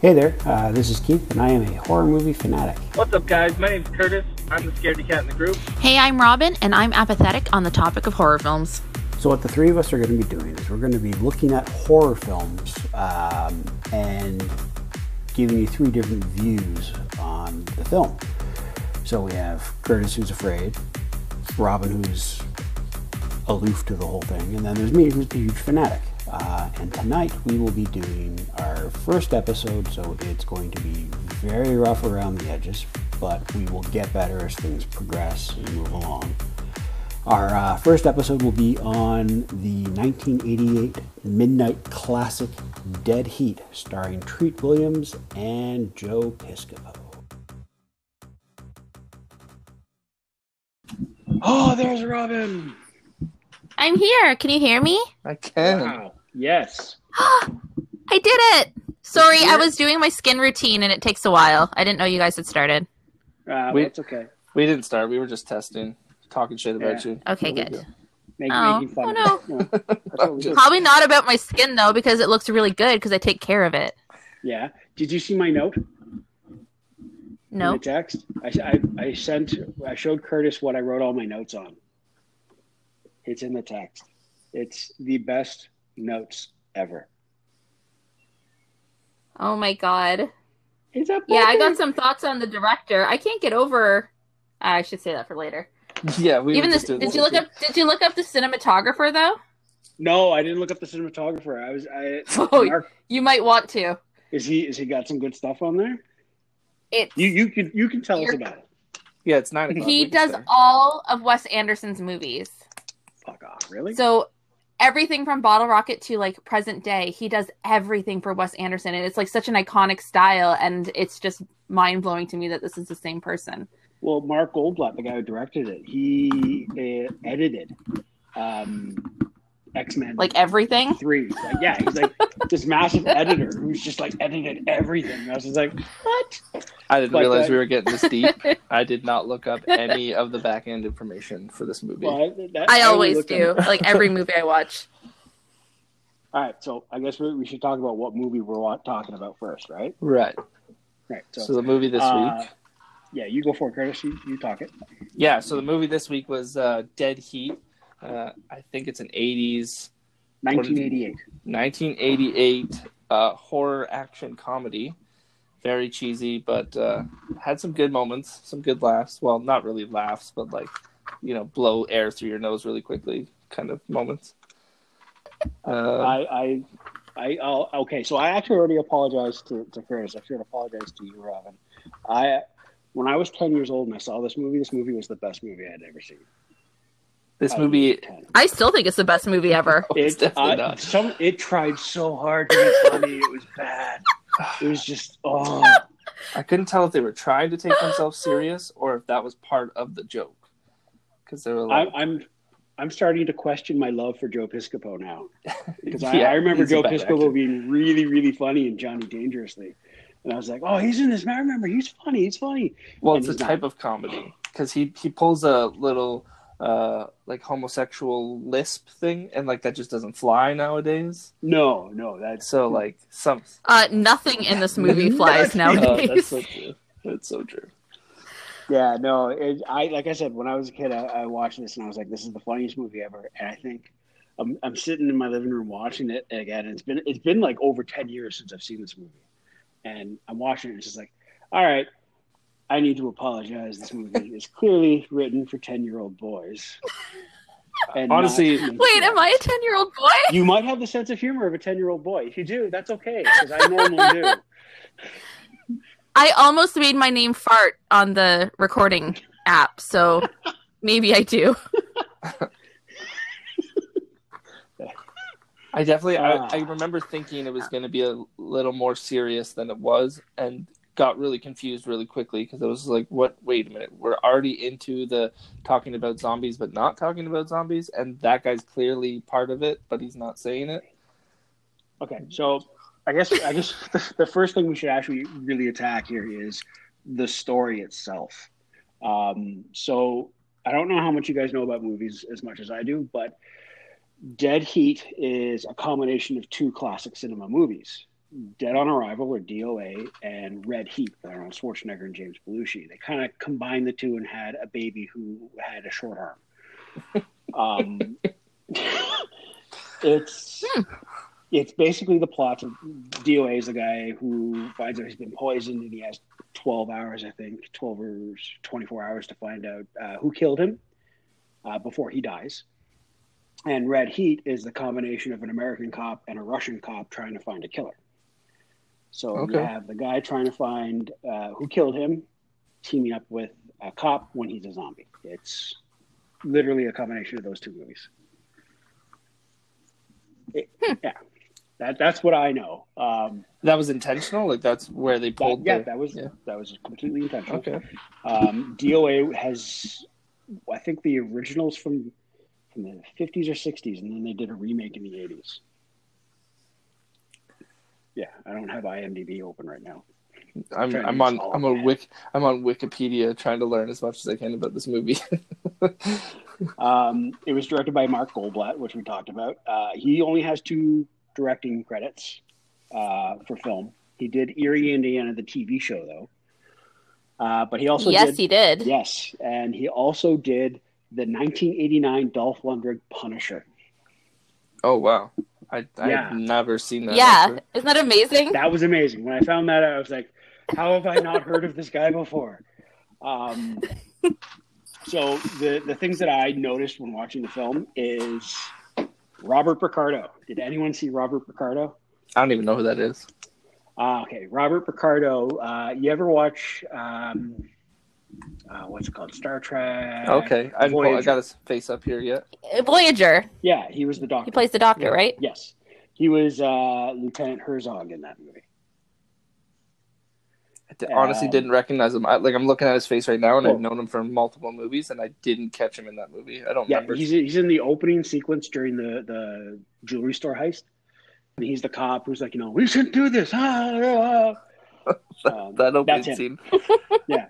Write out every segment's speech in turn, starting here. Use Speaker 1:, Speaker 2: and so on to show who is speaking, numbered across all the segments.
Speaker 1: Hey there, uh, this is Keith, and I am a horror movie fanatic.
Speaker 2: What's up, guys? My name's Curtis. I'm the scaredy cat in the group.
Speaker 3: Hey, I'm Robin, and I'm apathetic on the topic of horror films.
Speaker 1: So, what the three of us are going to be doing is we're going to be looking at horror films um, and giving you three different views on the film. So, we have Curtis, who's afraid, Robin, who's aloof to the whole thing, and then there's me, who's a huge fanatic. Uh, and tonight we will be doing our first episode, so it's going to be very rough around the edges, but we will get better as things progress and move along. Our uh, first episode will be on the 1988 midnight classic Dead Heat, starring Treat Williams and Joe Piscopo.
Speaker 2: Oh, there's Robin.
Speaker 3: I'm here. Can you hear me?
Speaker 4: I can.
Speaker 2: Wow. Yes. Uh,
Speaker 3: I did it. Sorry, I was doing my skin routine and it takes a while. I didn't know you guys had started.
Speaker 2: Uh,
Speaker 4: We-
Speaker 2: it's okay.
Speaker 4: We didn't start. We were just testing, talking shit about
Speaker 2: Yeah.
Speaker 4: you.
Speaker 3: Okay,
Speaker 4: There we
Speaker 3: good.
Speaker 2: Make,
Speaker 3: Oh.
Speaker 2: making fun
Speaker 3: Oh,
Speaker 2: of it. Yeah. That's what we do.
Speaker 4: Just-
Speaker 3: Probably not about my skin though, because it looks really good because I take care of it.
Speaker 2: Yeah. Did you see my note? in
Speaker 3: No,
Speaker 2: The text. I, I, I sent. I showed Curtis what I wrote all my notes on. It's in the text. It's the best notes ever.
Speaker 3: Oh my god.
Speaker 2: It's up.
Speaker 3: Yeah, I got some thoughts on the director. I can't get over. uh, I should say that for later.
Speaker 4: Yeah, we
Speaker 3: Even
Speaker 4: were
Speaker 3: this,
Speaker 4: just doing
Speaker 3: did you look up? Did you look up the cinematographer though?
Speaker 2: No, I didn't look up the cinematographer. I was. I.
Speaker 3: Oh,
Speaker 2: Mark,
Speaker 3: You might want to.
Speaker 2: is he? Is he got some good stuff on there?
Speaker 3: It.
Speaker 2: You you can you can tell us
Speaker 3: You're-
Speaker 2: about it.
Speaker 4: Yeah, it's nine o'clock.
Speaker 3: he
Speaker 4: We're
Speaker 3: does
Speaker 4: just there.
Speaker 3: all of Wes Anderson's movies.
Speaker 2: Fuck off, really?
Speaker 3: So everything from Bottle Rocket to like present day, he does everything for Wes Anderson, and it's like such an iconic style, and it's just mind blowing to me that this is the same person.
Speaker 2: Well, Mark Goldblatt, the guy who directed it, he uh, edited um, X Men
Speaker 3: Like everything.
Speaker 2: Three. Like, yeah, he's like this massive editor who's just like edited everything. And I was just like, what?
Speaker 4: I didn't
Speaker 2: like
Speaker 4: realize
Speaker 2: that.
Speaker 4: we were getting this deep. I did not look up any of the back end information for this movie.
Speaker 2: Well, that-
Speaker 3: I
Speaker 2: only
Speaker 3: always
Speaker 2: looked at-
Speaker 3: do. Like every movie I watch.
Speaker 2: All right, so I guess we, we should talk about what movie we're wa- talking about first, right?
Speaker 4: Right.
Speaker 2: Right. So,
Speaker 4: So, the movie this
Speaker 2: uh,
Speaker 4: week.
Speaker 2: yeah, you go for it, Curtis. You, you talk it.
Speaker 4: Yeah. So the movie this week was uh, Dead Heat. Uh, I think it's an '80s,
Speaker 2: 1988.
Speaker 4: 1988 uh, horror action comedy. Very cheesy, but uh, had some good moments, some good laughs. Well, not really laughs, but like you know, blow air through your nose really quickly kind of moments. Uh,
Speaker 2: I, I, I, I'll, okay. So I actually already apologized to, to Curtis. I should apologize to you, Robin. I, when I was ten years old and I saw this movie, this movie was the best movie I'd ever seen.
Speaker 4: This
Speaker 2: I
Speaker 4: movie,
Speaker 2: was 10.
Speaker 3: I still think it's the best movie ever.
Speaker 4: it's
Speaker 2: It,
Speaker 4: definitely
Speaker 2: I-
Speaker 4: not.
Speaker 2: some, it tried so hard to be funny. It was bad. It was just oh,
Speaker 4: I couldn't tell if they were trying to take themselves serious or if that was part of the joke. Because they were
Speaker 2: I,
Speaker 4: like,
Speaker 2: I'm. I'm starting to question my love for Joe Piscopo now because I,
Speaker 4: Yeah,
Speaker 2: I remember
Speaker 4: he's a
Speaker 2: Joe
Speaker 4: bad
Speaker 2: Piscopo
Speaker 4: actor.
Speaker 2: being really, really funny in Johnny Dangerously, and I was like, "Oh, he's in this." I remember he's funny. He's funny.
Speaker 4: well,
Speaker 2: and
Speaker 4: it's a
Speaker 2: he's not.
Speaker 4: type of comedy because he he pulls a little uh like homosexual lisp thing, and like that just doesn't fly nowadays.
Speaker 2: No, no, that's
Speaker 4: So like some
Speaker 3: Uh, nothing in this movie flies
Speaker 4: uh,
Speaker 3: nowadays.
Speaker 4: that's so true. That's so true.
Speaker 2: Yeah, no, it, I like I said when I was a kid, I, I watched this and I was like, "This is the funniest movie ever." And I think I'm, I'm sitting in my living room watching it again. And it's been it's been like over ten years since I've seen this movie, and I'm watching it. and It's just like, all right, I need to apologize. This movie is clearly written for ten year old boys. And not
Speaker 4: Honestly-
Speaker 2: teens.
Speaker 3: Wait, am I a ten-year-old boy?
Speaker 2: You might have the sense of humor of a ten year old boy. If you do, that's okay because I normally do.
Speaker 3: I almost made my name fart on the recording app, so maybe I do.
Speaker 4: I definitely
Speaker 2: Ah.
Speaker 4: I, I remember thinking it was going to be a little more serious than it was, and got really confused really quickly because I was like, "What? Wait a minute! We're already into the talking about zombies, but not talking about zombies, and that guy's clearly part of it, but he's not saying it."
Speaker 2: Okay, so I guess I guess the, the first thing we should actually really attack here is the story itself. Um, so I don't know how much you guys know about movies as much as I do, but Dead Heat is a combination of two classic cinema movies. Dead on Arrival or DOA and Red Heat with Arnold Schwarzenegger and James Belushi. They kind of combined the two and had a baby who had a short arm. Um, it's it's basically the plot of DOA is the guy who finds out he's been poisoned and he has 12 hours, I think, 12 or 24 hours to find out uh, who killed him uh, before he dies. And Red Heat is the combination of an American cop and a Russian cop trying to find a killer. So
Speaker 4: Okay.
Speaker 2: you have the guy trying to find uh, who killed him, teaming up with a cop when he's a zombie. It's literally a combination of those two movies. It-
Speaker 4: Hmm.
Speaker 2: yeah, that that's what I know. Um,
Speaker 4: That was intentional. Like that's where they
Speaker 2: that,
Speaker 4: pulled.
Speaker 2: yeah,
Speaker 4: the-
Speaker 2: that was
Speaker 4: yeah.
Speaker 2: that was completely intentional.
Speaker 4: Okay.
Speaker 2: Um, DOA has, I think, the originals from from the fifties or sixties, and then they did a remake in the eighties. Yeah, I don't have IMDb open right now.
Speaker 4: I'm
Speaker 2: Trying to
Speaker 4: I'm on
Speaker 2: solve
Speaker 4: I'm on
Speaker 2: that.
Speaker 4: Wik I'm on Wikipedia trying to learn as much as I can about this movie.
Speaker 2: Um, it was directed by Mark Goldblatt, which we talked about. Uh, he only has two directing credits uh, for film. He did Erie, Indiana, the TV show, though. Uh, but he also
Speaker 3: yes,
Speaker 2: did,
Speaker 3: he did.
Speaker 2: yes, and he also did the 1989 Dolph Lundgren Punisher.
Speaker 4: oh wow. I I've
Speaker 2: Yeah.
Speaker 4: never seen that.
Speaker 3: yeah,
Speaker 4: actually.
Speaker 3: isn't that amazing?
Speaker 2: That was amazing. When I found that out, I was like, "How have I not heard of this guy before?" Um, so the the things that I noticed when watching the film is Robert Picardo. Did anyone see Robert Picardo?
Speaker 4: I don't even know who that is.
Speaker 2: Ah, okay, Robert Picardo. Uh, you ever watch um, uh, what's it called? Star Trek.
Speaker 4: Okay. I well, I
Speaker 2: Voyager.
Speaker 4: got his face up here yet.
Speaker 3: Voyager.
Speaker 2: Yeah, he was the doctor.
Speaker 3: He plays the doctor, right?
Speaker 2: yes, he was uh, Lieutenant Herzog in that movie.
Speaker 4: I di- honestly
Speaker 2: Um,
Speaker 4: didn't recognize him. I, like I'm looking at his face right now, and I've
Speaker 2: Cool.
Speaker 4: known him from multiple movies, and I didn't catch him in that movie. I don't
Speaker 2: Yeah,
Speaker 4: remember.
Speaker 2: he's he's in the opening sequence during the the jewelry store heist, and he's the cop who's like, you know, we shouldn't do this. Ah, ah, ah." Um,
Speaker 4: that opening
Speaker 2: that's him.
Speaker 4: scene.
Speaker 2: Yeah.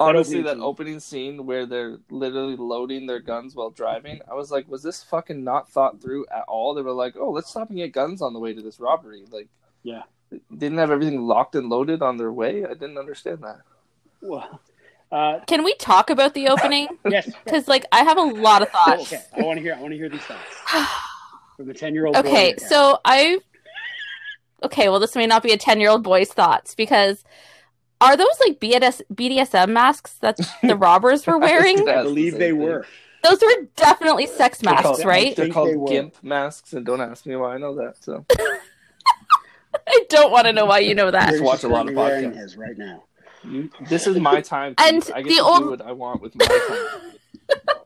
Speaker 4: Honestly,
Speaker 2: opening
Speaker 4: that
Speaker 2: scene.
Speaker 4: opening scene where they're literally loading their guns while driving, I was like, was this fucking not thought through at all? They were like, oh, let's stop and get guns on the way to this robbery. Like,
Speaker 2: Yeah.
Speaker 4: Didn't have everything locked and loaded on their way. I didn't understand that.
Speaker 2: Well, uh,
Speaker 3: Can we talk about the opening?
Speaker 2: yes.
Speaker 3: Because like I have a lot of
Speaker 2: Cool,
Speaker 3: thoughts.
Speaker 2: okay, I want to hear. I want to hear these thoughts from the ten year old.
Speaker 3: Okay, so I. Okay, well, this may not be a ten-year-old boy's thoughts because are those like BDS, BDSM masks that the robbers were wearing?
Speaker 4: That's
Speaker 2: I
Speaker 4: the
Speaker 2: believe
Speaker 4: same
Speaker 2: they
Speaker 4: thing.
Speaker 2: were.
Speaker 3: those were definitely sex
Speaker 4: They're
Speaker 3: masks,
Speaker 4: called-
Speaker 3: right?
Speaker 2: I
Speaker 4: They're
Speaker 2: think
Speaker 4: called
Speaker 2: they were.
Speaker 4: gimp masks, and don't ask me why I know that. So
Speaker 3: I don't want to know why you know that.
Speaker 4: There's- watch a lot of
Speaker 2: wearing
Speaker 4: podcasts.
Speaker 2: his right now.
Speaker 4: you, this is my time.
Speaker 3: And
Speaker 4: Keith. I get
Speaker 3: the
Speaker 4: to
Speaker 3: on-
Speaker 4: do what I want with my time.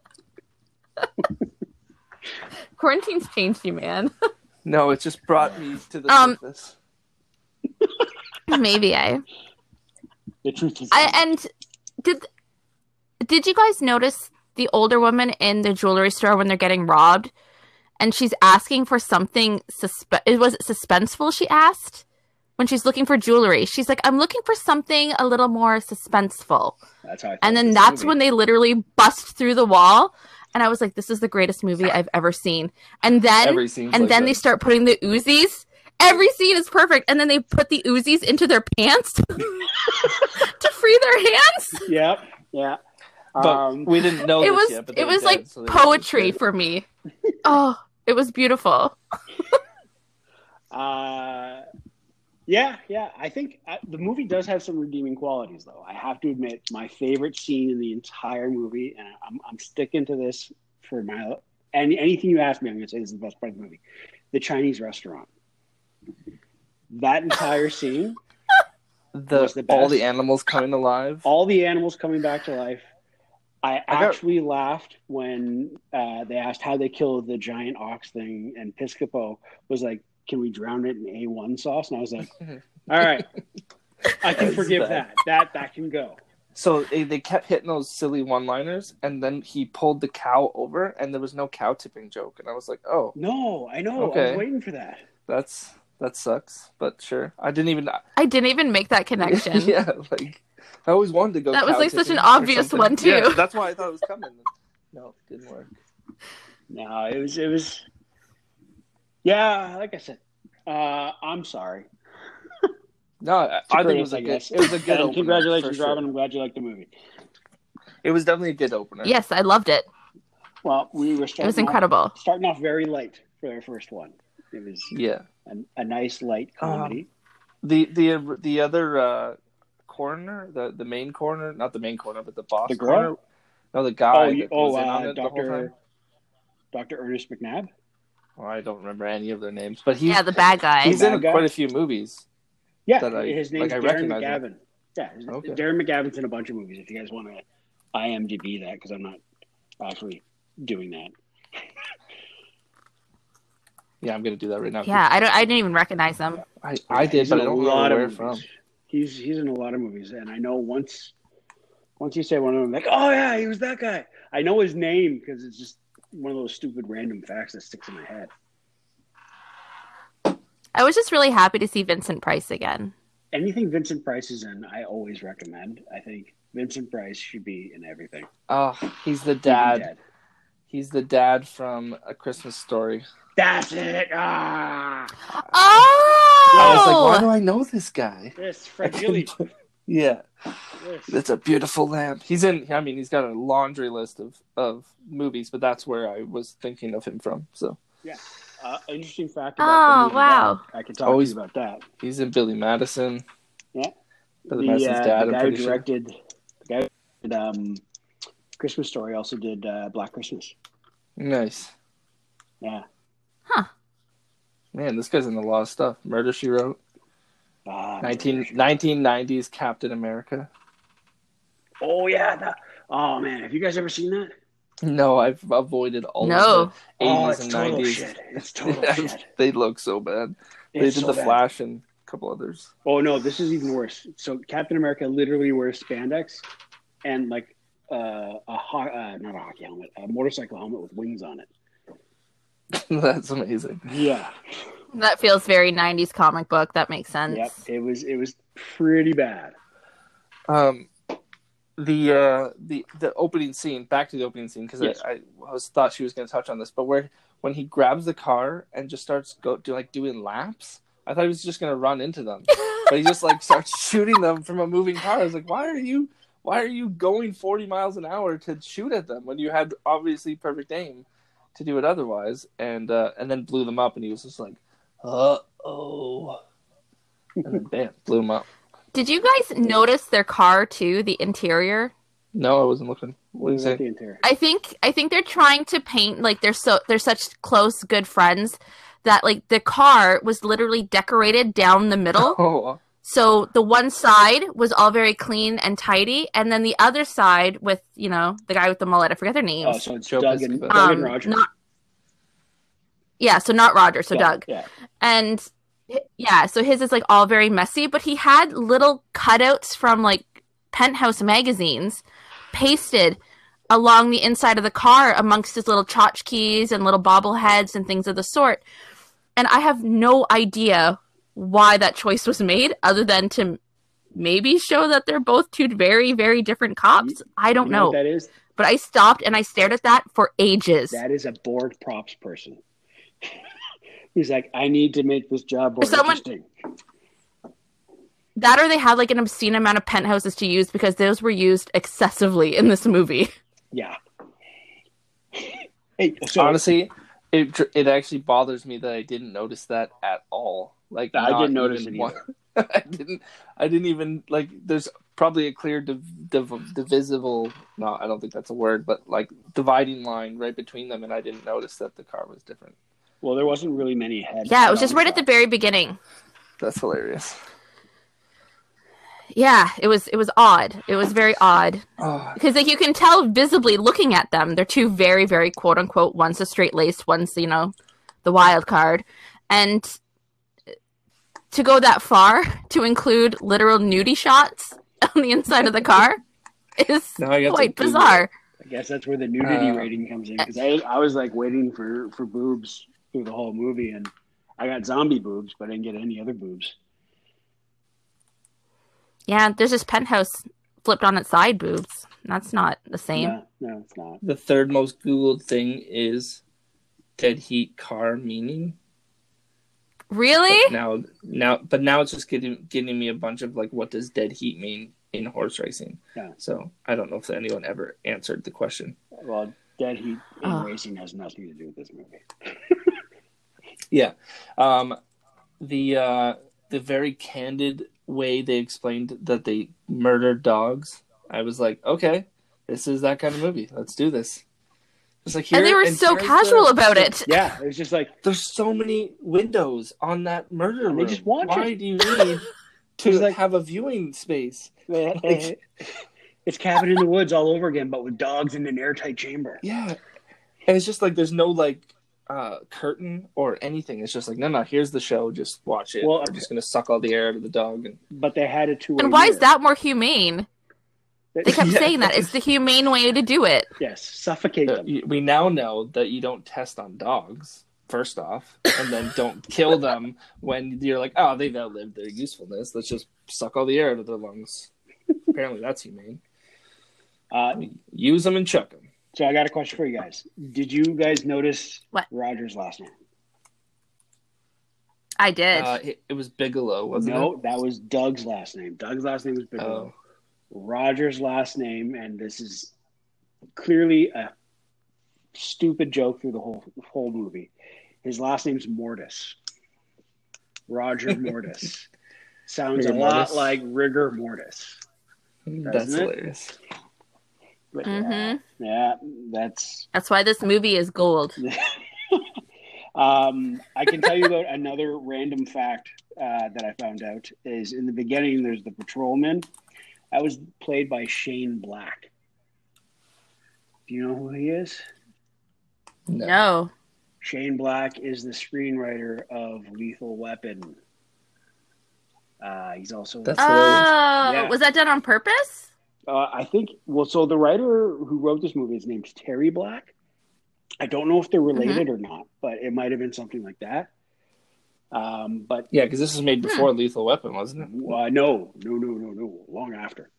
Speaker 3: Quarantine's changed you, man.
Speaker 4: No, it just brought me to the
Speaker 3: Um,
Speaker 4: surface.
Speaker 3: Maybe I.
Speaker 2: The truth is,
Speaker 3: I and did did you guys notice the older woman in the jewelry store when they're getting robbed, and she's asking for something suspe- it was it suspenseful? She asked when she's looking for jewelry. She's like, "I'm looking for something a little more suspenseful,"
Speaker 2: that's how. I
Speaker 3: and then that's when they literally bust through the wall. And I was like, "This is the greatest movie I've ever seen." And then
Speaker 4: Every scene.
Speaker 3: and then they start putting the Uzis. Every scene is perfect, and then they put the Uzis into their pants to free their hands.
Speaker 2: they. Yep. Yeah.
Speaker 4: But
Speaker 2: Um,
Speaker 4: we didn't know.
Speaker 3: it
Speaker 4: this
Speaker 3: was
Speaker 4: yet, Oh, but they
Speaker 3: it
Speaker 4: were
Speaker 3: was
Speaker 4: dead,
Speaker 3: like
Speaker 4: so they were
Speaker 3: poetry
Speaker 4: dead.
Speaker 3: for me. Oh, it was beautiful.
Speaker 2: Uh, yeah, yeah. I think uh, the movie does have some redeeming qualities, though. I have to admit, my favorite scene in the entire movie, and I'm, I'm sticking to this for my any anything you ask me, I'm going to say this is the best part of the movie. The Chinese restaurant. That entire scene,
Speaker 4: the,
Speaker 2: was the
Speaker 4: all
Speaker 2: best.
Speaker 4: the animals coming alive.
Speaker 2: all the animals coming back to life. I
Speaker 4: I got-
Speaker 2: actually laughed when uh, they asked how they killed the giant ox thing, and Piscopo was like, "Can we drown it in A1 sauce?" And I was like, "All right, I can
Speaker 4: That's
Speaker 2: forgive
Speaker 4: bad.
Speaker 2: that. That that can go."
Speaker 4: so they, they kept hitting those silly one-liners, and then he pulled the cow over, and there was no cow tipping joke, and I was like, "Oh,
Speaker 2: No, I know. I
Speaker 4: Okay.
Speaker 2: was waiting for that.
Speaker 4: that's that sucks." But sure, I didn't even
Speaker 3: I didn't even make that connection.
Speaker 4: yeah, like I always wanted to go.
Speaker 3: That was,
Speaker 4: cow
Speaker 3: like, such an
Speaker 4: tipping or
Speaker 3: obvious
Speaker 4: something.
Speaker 3: one, too.
Speaker 4: Yeah, that's why I thought it was coming. No, it didn't work.
Speaker 2: No, it was it was. Yeah, like I said, uh, I'm sorry.
Speaker 4: No, I, I think it was a
Speaker 2: I
Speaker 4: good.
Speaker 2: guess.
Speaker 4: It was a good.
Speaker 2: And
Speaker 4: opener,
Speaker 2: Congratulations,
Speaker 4: for sure.
Speaker 2: Robin. I'm glad you liked the movie.
Speaker 4: It was definitely a good opener.
Speaker 3: Yes, I loved it.
Speaker 2: Well, we were
Speaker 3: It
Speaker 2: starting
Speaker 3: was incredible.
Speaker 2: Off, starting off very light for our first one. It was
Speaker 4: Yeah.
Speaker 2: a, a nice light comedy.
Speaker 4: The the the other uh, corner, the the main corner, not the main corner, but the boss
Speaker 2: The girl?
Speaker 4: corner. No, the guy
Speaker 2: oh, you,
Speaker 4: that
Speaker 2: oh,
Speaker 4: was in on
Speaker 2: uh,
Speaker 4: it the whole time.
Speaker 2: Doctor Doctor Ernest McNabb.
Speaker 4: Well, I don't remember any of their names, but he's
Speaker 3: Yeah, the bad guy.
Speaker 4: he's in
Speaker 2: Bad guy?
Speaker 4: quite a few movies.
Speaker 2: Yeah,
Speaker 4: That I-
Speaker 2: his
Speaker 4: like,
Speaker 2: name's
Speaker 4: I
Speaker 2: Darren
Speaker 4: recognize him.
Speaker 2: McGavin. Yeah, his-
Speaker 4: Okay.
Speaker 2: Darren McGavin's in a bunch of movies. If you guys want to IMDb that, because I'm not actually doing that.
Speaker 4: Yeah, I'm gonna do that right now.
Speaker 3: Yeah, I don't. I didn't even recognize him.
Speaker 4: I, I did,
Speaker 2: He's
Speaker 4: but
Speaker 2: in
Speaker 4: I
Speaker 2: a
Speaker 4: don't
Speaker 2: lot
Speaker 4: know
Speaker 2: of
Speaker 4: where
Speaker 2: movies.
Speaker 4: from.
Speaker 2: He's he's in a lot of movies, and I know once once you say one of them, like, oh yeah, he was that guy. I know his name because it's just one of those stupid random facts that sticks in my head.
Speaker 3: I was just really happy to see Vincent Price again.
Speaker 2: Anything Vincent Price is in, I always recommend. I think Vincent Price should be in everything.
Speaker 4: Oh, he's the
Speaker 2: Even
Speaker 4: dad. He's the dad from A Christmas Story.
Speaker 2: That's it. Ah,
Speaker 4: I was like, why
Speaker 3: Oh,
Speaker 4: do I know this guy?
Speaker 2: this fragile.
Speaker 4: Yeah,
Speaker 2: this.
Speaker 4: that's a beautiful lamp. He's in. I mean, he's got a laundry list of of movies, but that's where I was thinking of him from. So
Speaker 2: Uh, interesting fact. About
Speaker 3: Oh,
Speaker 2: the movie
Speaker 3: wow.
Speaker 2: that I can talk
Speaker 4: Always-
Speaker 2: to you about that.
Speaker 4: he's in Billy Madison.
Speaker 2: Yeah.
Speaker 4: Billy Madison's dad.
Speaker 2: the
Speaker 4: I'm
Speaker 2: guy
Speaker 4: pretty
Speaker 2: who
Speaker 4: sure.
Speaker 2: directed the guy who did, um, Christmas Story also did uh, Black Christmas.
Speaker 4: Nice
Speaker 2: Yeah.
Speaker 4: man. This guy's in a lot of stuff. Murder She Wrote.
Speaker 2: Uh,
Speaker 4: 19, 1990s Captain America.
Speaker 2: Oh yeah. The, oh man, have you guys ever seen that?
Speaker 4: No, I've avoided all
Speaker 3: No.
Speaker 4: of
Speaker 2: oh,
Speaker 4: the 80s
Speaker 2: it's
Speaker 4: and
Speaker 2: total
Speaker 4: 90s.
Speaker 2: shit. It's total shit.
Speaker 4: they look so bad. they
Speaker 2: It's
Speaker 4: did
Speaker 2: so
Speaker 4: the
Speaker 2: bad.
Speaker 4: Flash and a couple others.
Speaker 2: Oh no, this is even worse. So Captain America literally wears spandex and like uh, a ho- uh, not a hockey helmet, a motorcycle helmet with wings on it.
Speaker 4: That's amazing.
Speaker 2: Yeah.
Speaker 3: that feels very '90s comic book. That makes sense.
Speaker 2: Yep. It was it was pretty bad.
Speaker 4: Um, the uh, the the opening scene. Back to the opening scene because
Speaker 2: Yes.
Speaker 4: I, I was thought she was going to touch on this, but where when he grabs the car and just starts go do like doing laps, I thought he was just going to run into them, but he just like starts shooting them from a moving car. I was like, why are you? Why are you going 40 miles an hour to shoot at them when you had obviously perfect aim to do it otherwise? And uh, and then blew them up, and he was just like, uh oh, and then bam, blew them up.
Speaker 3: Did you guys notice their car too? The interior.
Speaker 4: No, I wasn't looking. What do you
Speaker 2: Was that
Speaker 4: say?
Speaker 2: the interior?
Speaker 3: I think I think they're trying to paint like they're so they're such close good friends that like the car was literally decorated down the middle.
Speaker 4: Oh,
Speaker 3: so the one side was all very clean and tidy, and then the other side with you know the guy with the mullet. I forget their names.
Speaker 2: Oh, so it's
Speaker 4: Joe
Speaker 2: Doug and,
Speaker 4: Piscopo.
Speaker 2: Doug and
Speaker 3: Um,
Speaker 2: Roger.
Speaker 3: not- yeah, so not Roger, so
Speaker 2: Yeah,
Speaker 3: Doug,
Speaker 2: Yeah.
Speaker 3: and yeah, so his is like all very messy, but he had little cutouts from like penthouse magazines pasted along the inside of the car amongst his little tchotchkes and little bobbleheads and things of the sort. And I have no idea why that choice was made other than to maybe show that they're both two very, very different cops. I don't
Speaker 2: You know
Speaker 3: know.
Speaker 2: what Mm-hmm. that is?
Speaker 3: But I stopped and I stared at that for ages.
Speaker 2: That is a board props person. He's like, I need to make this job more
Speaker 3: If someone-
Speaker 2: interesting.
Speaker 3: That or they had like an obscene amount of penthouses to use because those were used excessively in this movie.
Speaker 2: Yeah. Hey, so
Speaker 4: honestly, it it actually bothers me that I didn't notice that at all. Like
Speaker 2: I
Speaker 4: not
Speaker 2: didn't notice
Speaker 4: even
Speaker 2: it
Speaker 4: one- I didn't. I didn't even like. There's probably a clear div- div- divisible. No, I don't think that's a word, but like dividing line right between them, and I didn't notice that the car was different.
Speaker 2: well, there wasn't really many heads.
Speaker 3: Yeah, it was just right at the very beginning.
Speaker 4: That's hilarious.
Speaker 3: Yeah, it was it was odd. It was very odd
Speaker 4: Oh,
Speaker 3: because like you can tell visibly looking at them, they're two very very quote unquote. One's a straight laced, one's you know the wild card, and uh, to go that far to include literal nudie shots on the inside of the car is
Speaker 4: now I got
Speaker 3: quite
Speaker 4: to Google
Speaker 3: bizarre.
Speaker 2: I guess that's where the nudity
Speaker 4: Uh,
Speaker 2: rating comes in because I, I was like waiting for for boobs through the whole movie, and I got zombie boobs, but I didn't get any other boobs.
Speaker 3: Yeah, there's this penthouse flipped on its side boobs. That's not the same.
Speaker 2: No, no, it's not.
Speaker 4: The third most googled thing is dead heat car meaning. But
Speaker 3: Really?
Speaker 4: now, now, but now it's just getting getting me a bunch of like, what does dead heat mean in horse racing?
Speaker 2: Yeah.
Speaker 4: So I don't know if anyone ever answered the question.
Speaker 2: Well, Dead Heat and
Speaker 3: Oh.
Speaker 2: racing has nothing to do with this movie.
Speaker 4: Yeah, um, the uh, the very candid way they explained that they murdered dogs, I was like, okay, this is that kind of movie. Let's do this. It's like here,
Speaker 3: and they were so
Speaker 4: here's
Speaker 3: casual
Speaker 4: the-
Speaker 3: about it.
Speaker 2: Yeah, it was just like
Speaker 4: There's so many windows on that murder
Speaker 2: And
Speaker 4: room.
Speaker 2: they just want
Speaker 4: Why
Speaker 2: it.
Speaker 4: do you need to
Speaker 2: It's like-
Speaker 4: have a viewing space? Like-
Speaker 2: eh, it's cabin in the woods all over again, but with dogs in an airtight chamber.
Speaker 4: Yeah. And it's just like there's no like uh curtain or anything. It's just like, no no, here's the show, just watch it.
Speaker 2: Well,
Speaker 4: Well, We're just gonna suck all the air out of the dog and
Speaker 2: But they had a two.
Speaker 3: And why is that more humane? They kept
Speaker 4: Yeah.
Speaker 3: saying that. It's the humane way to do it.
Speaker 2: Yes, suffocate
Speaker 4: Uh,
Speaker 2: them.
Speaker 4: you- we now know that you don't test on dogs, first off, and then don't kill them when you're like, Oh, they've outlived their usefulness. Let's just suck all the air out of their lungs. Apparently that's humane.
Speaker 2: Uh,
Speaker 4: Use them and chuck them.
Speaker 2: so I got a question for you guys. Did you guys notice
Speaker 3: What?
Speaker 2: Roger's last name?
Speaker 3: I did.
Speaker 4: Uh, it, it was Bigelow, wasn't
Speaker 2: no,
Speaker 4: it?
Speaker 2: that was Doug's last name. Doug's last name is Bigelow.
Speaker 4: Oh.
Speaker 2: Roger's last name, and this is clearly a stupid joke through the whole whole movie. His last name's Mortis. Roger Mortis sounds a
Speaker 4: Rigor
Speaker 2: lot
Speaker 4: mortis.
Speaker 2: like rigor mortis.
Speaker 4: That's
Speaker 2: it?
Speaker 4: hilarious.
Speaker 2: But yeah,
Speaker 3: Mhm.
Speaker 2: yeah, that's.
Speaker 3: That's why this movie is gold.
Speaker 2: Um, I can tell you about another random fact uh, that I found out is in the beginning. There's the patrolman. That was played by Shane Black. Do you know who he is?
Speaker 4: No.
Speaker 3: No.
Speaker 2: Shane Black is the screenwriter of Lethal Weapon. Uh, he's also,
Speaker 4: That's-
Speaker 3: Oh,
Speaker 2: Yeah.
Speaker 3: was that done on purpose?
Speaker 2: uh, I think, well, so the writer who wrote this movie, his name's Terry Black. I don't know if they're
Speaker 4: Mm-hmm.
Speaker 2: related or not, but it might have been something like that. Um, but
Speaker 4: Yeah, because this was made before Lethal Weapon, wasn't it?
Speaker 2: uh, no, no, no, no, no, long after.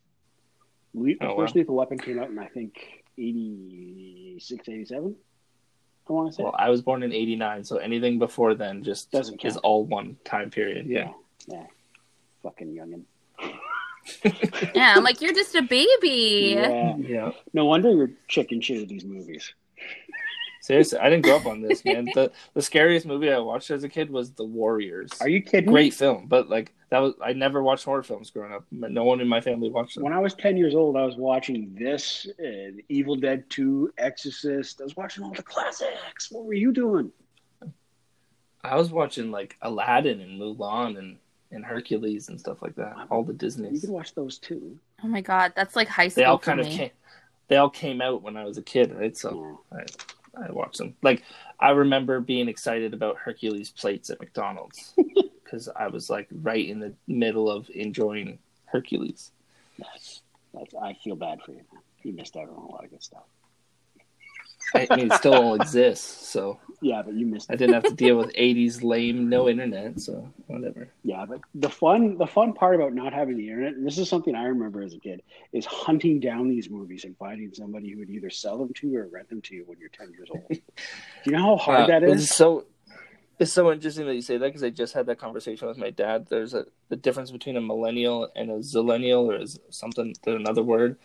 Speaker 2: Le- the
Speaker 4: Oh,
Speaker 2: first
Speaker 4: wow.
Speaker 2: Lethal Weapon came out in, I think, 86, 87, I want to say.
Speaker 4: Well, I was born in '89, so anything before then just
Speaker 2: Doesn't count.
Speaker 4: is all one time period. Yeah,
Speaker 2: Yeah. Fucking youngin'.
Speaker 3: Yeah, I'm like, you're just a baby.
Speaker 2: Yeah.
Speaker 4: yeah.
Speaker 2: No wonder you're chicken shit at these movies.
Speaker 4: Seriously, I didn't grow up on this, man. the The scariest movie I watched as a kid was The Warriors.
Speaker 2: Are you kidding?
Speaker 4: Great film, but like that was I never watched horror films growing up. But No one in my family watched them.
Speaker 2: When I was 10 years old, I was watching this, and Evil Dead 2, Exorcist. I was watching all the classics. What were you doing?
Speaker 4: I was watching like Aladdin and Mulan and and Hercules and stuff like that. All the
Speaker 2: You
Speaker 4: Disney's.
Speaker 2: could watch those too.
Speaker 3: Oh my god, that's like high school.
Speaker 4: They all
Speaker 3: for
Speaker 4: kind of
Speaker 3: me.
Speaker 4: came. They all came out when I was a kid, right? So.
Speaker 2: Yeah.
Speaker 4: I watched them. Like I remember being excited about Hercules plates at McDonald's because I was like right in the middle of enjoying Hercules.
Speaker 2: That's, that's, I feel bad for you. man. You missed out on a lot of good stuff.
Speaker 4: I mean, it still all exists, so
Speaker 2: Yeah, but you missed
Speaker 4: I didn't have to deal with '80s lame, no internet, so whatever.
Speaker 2: Yeah, but the fun the fun part about not having the internet, and this is something I remember as a kid, is hunting down these movies and finding somebody who would either sell them to you or rent them to you when you're ten years old. Do you know how hard
Speaker 4: Uh,
Speaker 2: that
Speaker 4: this
Speaker 2: is?
Speaker 4: so. It's so interesting that you say that because I just had that conversation with my dad. There's a the difference between a millennial and a zillennial, or is something there's another word.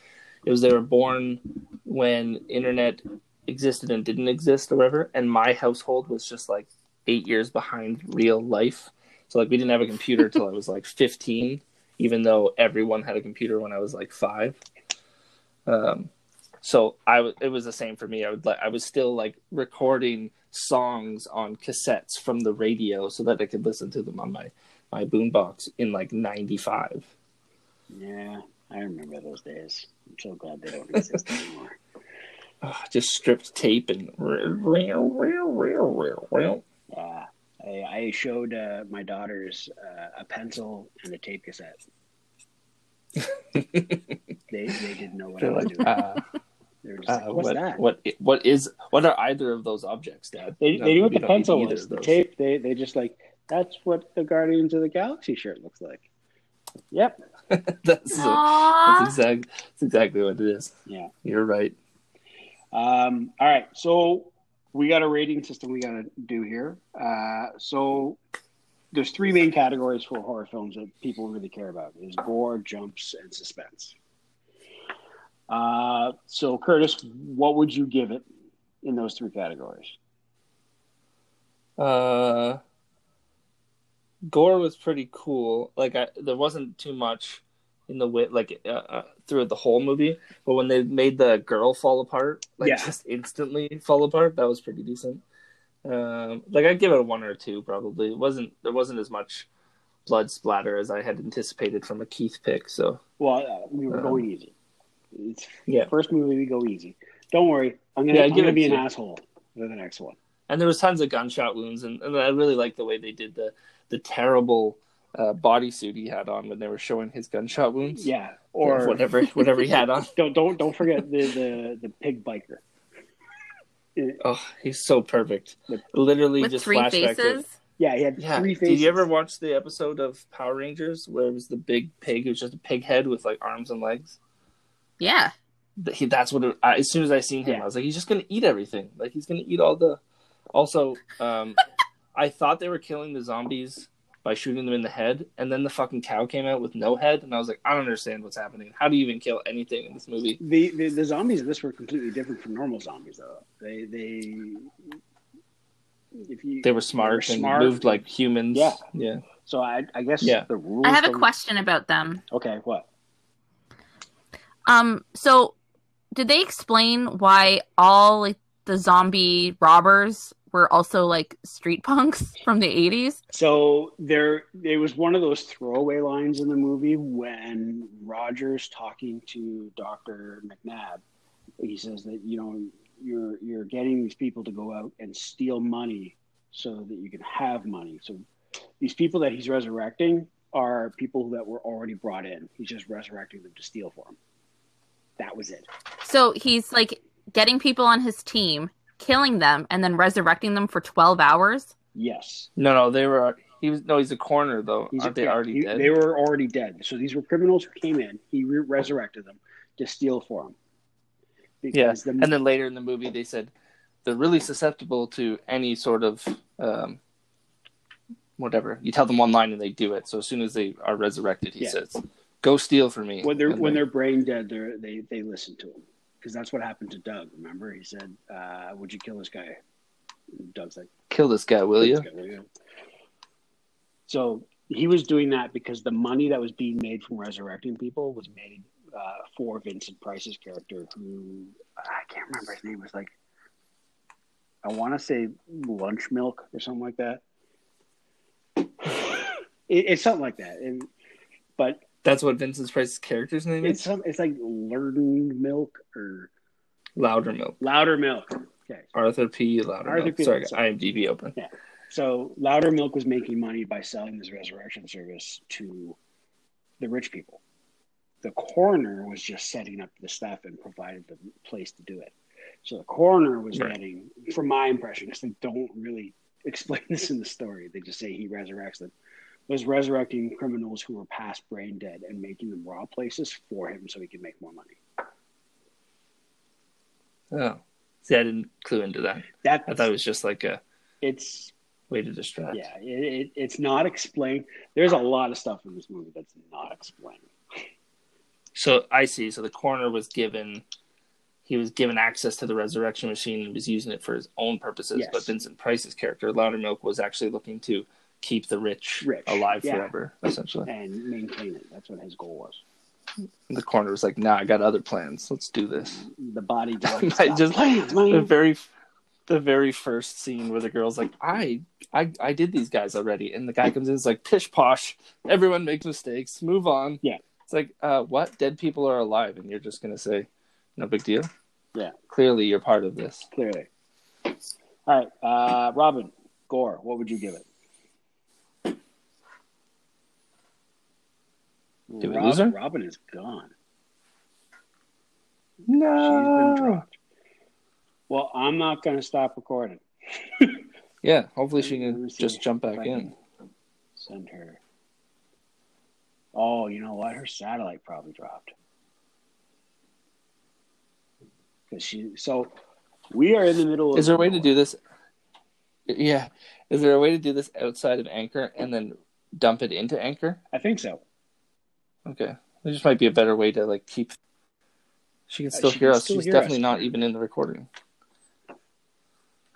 Speaker 4: It was they were born when internet existed and didn't exist, or whatever. And my household was just like eight years behind real life. So like we didn't have a computer till I was like 15, even though everyone had a computer when I was like five. Um, so I w- it was the same for me. I would like I was still like recording songs on cassettes from the radio so that I could listen to them on my my boombox in like '95.
Speaker 2: Yeah, I remember those days. I'm so glad they don't exist anymore.
Speaker 4: Ugh, just stripped tape and real real real real real.
Speaker 2: Yeah, I, I showed uh, my daughters uh, a pencil and a tape cassette. they they didn't know what I
Speaker 4: They're
Speaker 2: was
Speaker 4: like,
Speaker 2: doing.
Speaker 4: uh,
Speaker 2: They were just
Speaker 4: uh,
Speaker 2: like, "What's
Speaker 4: what,
Speaker 2: that?"
Speaker 4: what i- what is what are either of those objects, Dad?
Speaker 2: They,
Speaker 4: No,
Speaker 2: they knew what
Speaker 4: we
Speaker 2: the
Speaker 4: don't need
Speaker 2: pencil
Speaker 4: either
Speaker 2: was.
Speaker 4: of
Speaker 2: The
Speaker 4: those.
Speaker 2: tape, they, they just like, that's what the Guardians of the Galaxy shirt looks like. Yep.
Speaker 4: that's,
Speaker 3: Aww.
Speaker 4: that's exact. That's exactly what it is.
Speaker 2: Yeah.
Speaker 4: You're right.
Speaker 2: Um, all right. So we got a rating system we got to do here. Uh, so there's three main categories for horror films that people really care about: is gore, jumps, and suspense. Uh, so, Curtis, what would you give it in those three categories?
Speaker 4: Uh, gore was pretty cool. Like I, there wasn't too much in the way, like uh, uh, throughout the whole movie. But when they made the girl fall apart, like
Speaker 2: Yeah.
Speaker 4: just instantly fall apart, that was pretty decent. Um, like I'd give it a one or a two probably. It wasn't there wasn't as much blood splatter as I had anticipated from a Keith pick. So
Speaker 2: Well, uh, we were
Speaker 4: Um,
Speaker 2: going easy. It's
Speaker 4: yeah,
Speaker 2: first movie we go easy. Don't worry, I'm gonna,
Speaker 4: Yeah,
Speaker 2: I'm
Speaker 4: give
Speaker 2: gonna
Speaker 4: it
Speaker 2: be an
Speaker 4: to-
Speaker 2: asshole for the next one.
Speaker 4: and there was tons of gunshot wounds, and, and I really liked the way they did the the terrible uh, bodysuit he had on when they were showing his gunshot wounds.
Speaker 2: Yeah,
Speaker 4: or
Speaker 2: or
Speaker 4: whatever whatever he had on.
Speaker 2: don't don't don't forget the the, the pig biker.
Speaker 4: Oh, he's so perfect.
Speaker 2: With-
Speaker 4: Literally
Speaker 3: with
Speaker 4: just
Speaker 3: three
Speaker 4: flashback.
Speaker 3: faces.
Speaker 4: To,
Speaker 2: Yeah, he had
Speaker 4: yeah.
Speaker 2: three
Speaker 4: Did
Speaker 2: faces.
Speaker 4: you ever watch the episode of Power Rangers where it was the big pig? It was just a pig head with like arms and legs.
Speaker 3: Yeah.
Speaker 4: Th- He, that's what. It, I, as soon as I seen him,
Speaker 2: Yeah.
Speaker 4: I was like, he's just gonna eat everything. Like he's gonna eat all the. Also, um, I thought they were killing the zombies by shooting them in the head, and then the fucking cow came out with no head, and I was like, I don't understand what's happening. How do you even kill anything in this movie?
Speaker 2: The, the the zombies in this were completely different from normal zombies, though. They they if you
Speaker 4: They were smart
Speaker 2: They were
Speaker 4: and
Speaker 2: smart.
Speaker 4: moved like humans.
Speaker 2: Yeah.
Speaker 4: yeah.
Speaker 2: so I I guess
Speaker 4: Yeah.
Speaker 2: the rules.
Speaker 3: I have a
Speaker 2: don't-
Speaker 3: question about them.
Speaker 2: Okay, what?
Speaker 3: Um, so did they explain why all like the zombie robbers were also like street punks from the 80s?
Speaker 2: So there, it was one of those throwaway lines in the movie when Rogers talking to Doctor McNabb. He says that you know you're you're getting these people to go out and steal money so that you can have money. So these people that he's resurrecting are people that were already brought in. He's just resurrecting them to steal for him. That was it.
Speaker 3: So he's like getting people on his team, killing them and then resurrecting them for 12 hours?
Speaker 2: Yes,
Speaker 4: No, no, they were. He was no. He's a corner though.
Speaker 2: He's-
Speaker 4: Aren't they
Speaker 2: yeah,
Speaker 4: already
Speaker 2: he-
Speaker 4: dead?
Speaker 2: They were already dead. So these were criminals who came in. He re- resurrected them to steal for him.
Speaker 4: yeah.
Speaker 2: Because the
Speaker 4: And then later in the movie, they said they're really susceptible to any sort of um, whatever. You tell them one line and they do it. So as soon as they are resurrected, he
Speaker 2: Yeah.
Speaker 4: says, "Go steal for me."
Speaker 2: when they're
Speaker 4: And
Speaker 2: when
Speaker 4: then-
Speaker 2: they're brain dead, they they they listen to him because that's what happened to Doug. Remember, he said, uh, "Would you kill this guy?" And Doug's like,
Speaker 4: kill this guy, will you?
Speaker 2: "This guy, will you?" So he was doing that because the money that was being made from resurrecting people was made uh, for Vincent Price's character, who I can't remember his name was like. I want to say lunch milk or something like that. It, it's something like that, and but
Speaker 4: That's what Vincent Price's character's name
Speaker 2: it's
Speaker 4: is.
Speaker 2: some. It's like Lerden milk or
Speaker 4: Loudermilk.
Speaker 2: louder milk. Okay,
Speaker 4: Arthur P. Loudermilk.
Speaker 2: Arthur P.
Speaker 4: Sorry,
Speaker 2: Sorry.
Speaker 4: IMDb open.
Speaker 2: so louder milk was making money by selling this resurrection service to the rich people. The coroner was just setting up the stuff and provided the place to do it. So the coroner was
Speaker 4: Right.
Speaker 2: getting, from my impression, because they don't really explain this in the story. They just say he resurrects them. Was resurrecting criminals who were past brain dead and making them rob places for him so he could make more money.
Speaker 4: Oh, see, I didn't clue into that.
Speaker 2: That
Speaker 4: I thought it was just like a
Speaker 2: it's
Speaker 4: way to distract.
Speaker 2: Yeah, it, it, it's not explained. There's a lot of stuff in this movie that's not explained.
Speaker 4: So I see. So the coroner was given he was given access to the resurrection machine and was using it for his own purposes.
Speaker 2: Yes.
Speaker 4: But Vincent Price's character, Loudermilk, was actually looking to keep the rich,
Speaker 2: Rich,
Speaker 4: alive
Speaker 2: yeah.
Speaker 4: forever, essentially.
Speaker 2: And maintain it. That's what his goal was.
Speaker 4: And the coroner was like, nah, I got other plans. Let's do this.
Speaker 2: The body
Speaker 4: I
Speaker 2: doesn't stop
Speaker 4: just-
Speaker 2: plans,
Speaker 4: The
Speaker 2: man.
Speaker 4: very the very first scene where the girl's like, I I I did these guys already and the guy comes in and is like, Pish posh, everyone makes mistakes, move on.
Speaker 2: Yeah.
Speaker 4: It's like, uh, what? Dead people are alive and you're just gonna say, No big deal?
Speaker 2: Yeah.
Speaker 4: Clearly you're part of this.
Speaker 2: Clearly. All right, uh, Robin Gore, what would you give it?
Speaker 4: Did we
Speaker 2: Rob-
Speaker 4: lose her?
Speaker 2: Robin is gone.
Speaker 4: No.
Speaker 2: She's been dropped. Well, I'm not going to stop recording.
Speaker 4: Yeah, hopefully she
Speaker 2: Let
Speaker 4: can
Speaker 2: me see
Speaker 4: just jump
Speaker 2: if
Speaker 4: back
Speaker 2: I
Speaker 4: in.
Speaker 2: can Send her. Oh, you know what? Her satellite probably dropped. Because she. So we are in the middle.
Speaker 4: Is
Speaker 2: of
Speaker 4: there a way to do this? Yeah. Is there a way to do this outside of Anchor and then dump it into Anchor?
Speaker 2: I think so.
Speaker 4: Okay, there just might be a better way to like keep. She can
Speaker 2: Uh,
Speaker 4: still
Speaker 2: she
Speaker 4: hear
Speaker 2: can
Speaker 4: us.
Speaker 2: still
Speaker 4: She's
Speaker 2: hear us.
Speaker 4: definitely not even in the recording.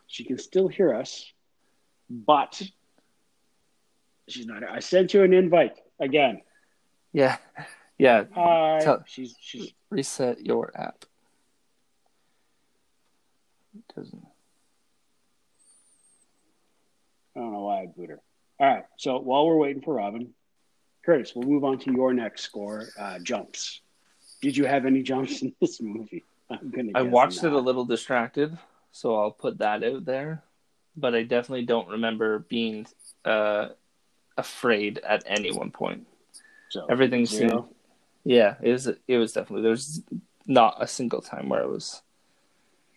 Speaker 2: She can still hear us, but she's not. I sent you an invite again.
Speaker 4: Yeah, yeah.
Speaker 2: Hi.
Speaker 4: Tell-
Speaker 2: she's she's
Speaker 4: Reset your app. Doesn't.
Speaker 2: I don't know why I booed her. All right. So while we're waiting for Robin, Curtis, we'll move on to your next score, uh, jumps. Did you have any jumps in this movie? I'm gonna.
Speaker 4: I
Speaker 2: guess
Speaker 4: watched
Speaker 2: not.
Speaker 4: it a little distracted, so I'll put that out there. But I definitely don't remember being uh, afraid at any one point.
Speaker 2: So,
Speaker 4: Everything
Speaker 2: zero.
Speaker 4: seemed yeah, it was it was definitely there's not a single time where I was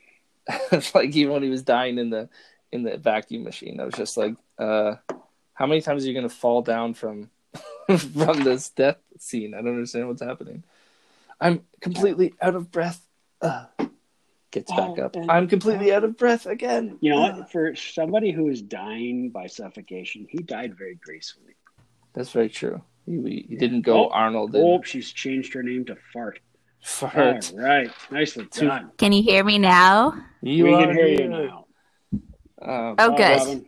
Speaker 4: like even when he was dying in the in the vacuum machine, I was just like, uh how many times are you gonna fall down from from this death scene? I don't understand what's happening. I'm completely out of breath. Uh, gets back
Speaker 2: Oh,
Speaker 4: up.
Speaker 2: and-
Speaker 4: I'm completely out of breath again.
Speaker 2: You know
Speaker 4: Ah.
Speaker 2: what? For somebody who is dying by suffocation, he died very gracefully.
Speaker 4: That's very true. He, he
Speaker 2: Yeah.
Speaker 4: didn't go
Speaker 2: Oh,
Speaker 4: Arnold and
Speaker 2: Oh, she's changed her name to Fart.
Speaker 4: fart.
Speaker 2: All right. Nicely
Speaker 4: Two-
Speaker 2: done.
Speaker 3: Can you hear me now?
Speaker 4: You
Speaker 2: we
Speaker 4: are
Speaker 2: can hear you
Speaker 4: here.
Speaker 2: now.
Speaker 4: Um,
Speaker 3: Oh,
Speaker 2: Bye,
Speaker 3: good.
Speaker 2: Robin.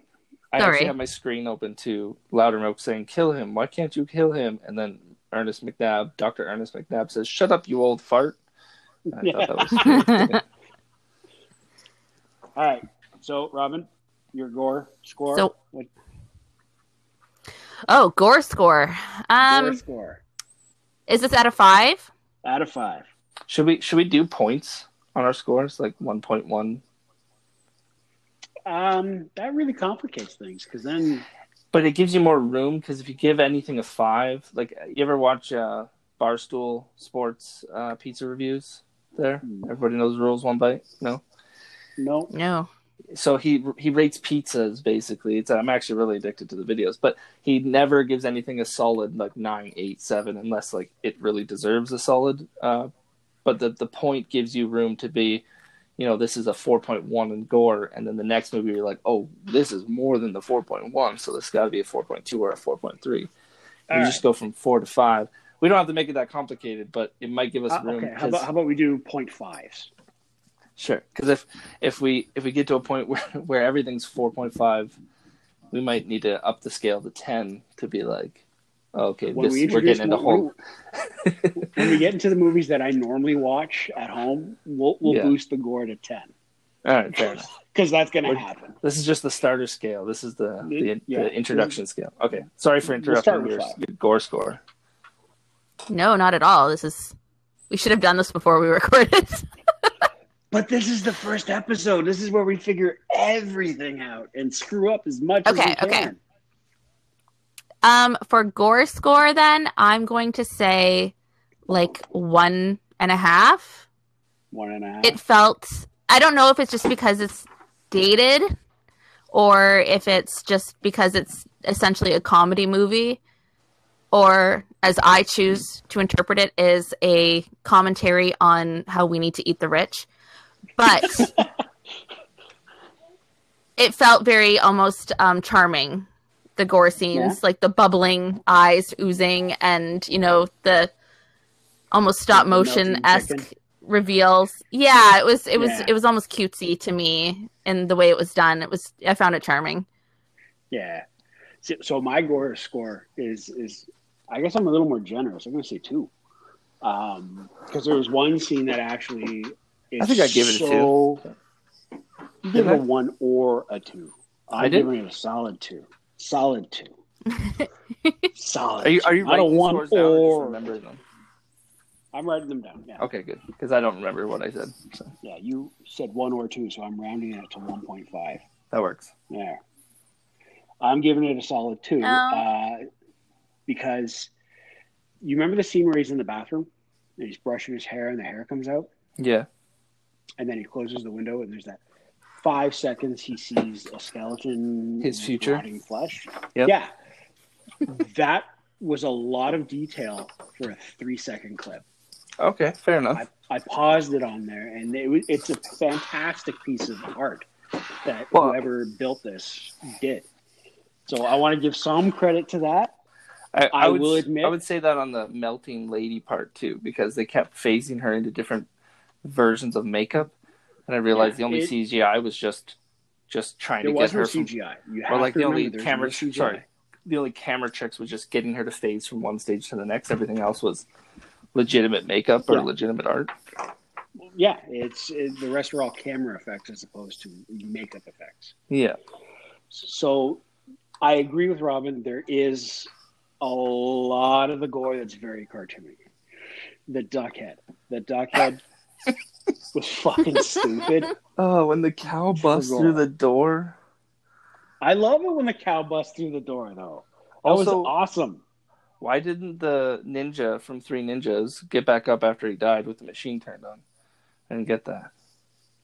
Speaker 4: I
Speaker 3: Sorry.
Speaker 4: actually had my screen open to Loudermilk saying, "Kill him! Why can't you kill him?" And then Ernest McNabb, Doctor Ernest McNabb, says, "Shut up, you old fart." And I thought that was
Speaker 2: All right. So, Robin, your gore score.
Speaker 3: So-
Speaker 2: what
Speaker 3: Oh, gore score. Um,
Speaker 2: gore score?
Speaker 3: is this out of five?
Speaker 2: Out of five.
Speaker 4: should we should we do points on our scores like one point one?
Speaker 2: Um, that really complicates things because then
Speaker 4: But it gives you more room because if you give anything a five, like you ever watch uh, Barstool Sports uh, pizza reviews? There, everybody knows the rules. One bite, no.
Speaker 2: no.
Speaker 3: No.
Speaker 4: so he he rates pizzas basically. It's I'm actually really addicted to the videos, but he never gives anything a solid like nine, eight, seven, unless like it really deserves a solid. Uh, but the the point gives you room to be, you know, this is a four point one in gore, and then the next movie you're like, oh, this is more than the four point one, so this got to be a four point two or a four point three. You
Speaker 2: All
Speaker 4: just go from four to five. We don't have to make it that complicated, but it might give us
Speaker 2: Uh,
Speaker 4: room.
Speaker 2: okay. How
Speaker 4: 'cause-
Speaker 2: about how about we do point fives?
Speaker 4: Sure, because if if we if we get to a point where where everything's four point five, we might need to up the scale to ten to be like, oh, okay,
Speaker 2: When
Speaker 4: this,
Speaker 2: we
Speaker 4: we're
Speaker 2: introduce
Speaker 4: getting
Speaker 2: when
Speaker 4: into whole.
Speaker 2: we- when we get into the movies that I normally watch at home, we'll we'll
Speaker 4: Yeah.
Speaker 2: boost the gore to ten
Speaker 4: All right, fair enough.
Speaker 2: because that's going to
Speaker 4: We're-
Speaker 2: happen.
Speaker 4: This is just the starter scale. This is the the,
Speaker 2: Yeah.
Speaker 4: the introduction scale. Okay, sorry for
Speaker 2: We'll
Speaker 4: interrupting
Speaker 2: start with
Speaker 4: your,
Speaker 2: five.
Speaker 4: your gore score.
Speaker 3: No, not at all. This is. We should have done this before we recorded.
Speaker 2: But this is the first episode. This is where we figure everything out and screw up as much
Speaker 3: Okay,
Speaker 2: as we
Speaker 3: okay.
Speaker 2: can.
Speaker 3: um, for gore score, then I'm going to say like one and a half.
Speaker 2: One and a half.
Speaker 3: it felt i don't know if it's just because it's dated or if it's just because it's essentially a comedy movie or as i choose to interpret it is a commentary on how we need to eat the rich but it felt very almost um, charming the gore scenes like the bubbling eyes oozing and you know the almost stop
Speaker 2: The melting
Speaker 3: motion esque
Speaker 2: chicken.
Speaker 3: reveals. Yeah, it was it was
Speaker 2: Yeah.
Speaker 3: it was almost cutesy to me in the way it was done. It was I found it charming.
Speaker 2: Yeah. So, so my gore score is is I guess I'm a little more generous. I'm gonna say two, because there was one scene that actually is
Speaker 4: I think I gave it a
Speaker 2: so,
Speaker 4: two.
Speaker 2: You gave it a
Speaker 4: Did I?
Speaker 2: one or a two.
Speaker 4: I
Speaker 2: I'm
Speaker 4: did?
Speaker 2: giving it a solid two. Solid two. solid.
Speaker 4: Are you are you
Speaker 2: two. Not a
Speaker 4: writing
Speaker 2: one
Speaker 4: scores down or just
Speaker 2: or-
Speaker 4: remembering them?
Speaker 2: I'm writing them down. Yeah.
Speaker 4: Okay, good because I don't remember what I said, so
Speaker 2: Yeah. You said one or two, so I'm rounding it to one point five.
Speaker 4: that works.
Speaker 2: Yeah. I'm giving it a solid two
Speaker 3: Oh.
Speaker 2: uh, because you remember the scene where he's in the bathroom and he's brushing his hair and the hair comes out
Speaker 4: Yeah,
Speaker 2: and then he closes the window and there's that five seconds he sees a skeleton,
Speaker 4: His
Speaker 2: with
Speaker 4: future.
Speaker 2: rotting flesh.
Speaker 4: Yep.
Speaker 2: Yeah, that was a lot of detail for a three second clip.
Speaker 4: okay, fair enough.
Speaker 2: I, I paused it on there, and it, was- it's a fantastic piece of art that
Speaker 4: Well-
Speaker 2: whoever built this did. So I want to give some credit to that.
Speaker 4: I, I,
Speaker 2: I
Speaker 4: would,
Speaker 2: will admit-
Speaker 4: I would say that on the melting lady part too, because they kept phasing her into different versions of makeup, and I realized the only
Speaker 2: it-
Speaker 4: CGI was just just trying
Speaker 2: There
Speaker 4: to get
Speaker 2: was no
Speaker 4: her from
Speaker 2: CGI. You
Speaker 4: or
Speaker 2: have
Speaker 4: like
Speaker 2: to
Speaker 4: the only
Speaker 2: remember there's
Speaker 4: camera
Speaker 2: no CGI.
Speaker 4: sorry the only camera tricks was just getting her to phase from one stage to the next. Everything else was legitimate makeup or
Speaker 2: Yeah.
Speaker 4: legitimate art.
Speaker 2: Yeah, it's it, the rest are all camera effects as opposed to makeup effects.
Speaker 4: Yeah,
Speaker 2: So I agree with Robin. There is a lot of the gore that's very cartoony. The duckhead. The duckhead was fucking stupid.
Speaker 4: Oh, when the cow busts
Speaker 2: Forgot.
Speaker 4: through the door.
Speaker 2: I love it when the cow busts through the door, though. That
Speaker 4: Also-
Speaker 2: was awesome.
Speaker 4: Why didn't the ninja from Three Ninjas get back up after he died with the machine turned on? I didn't get that.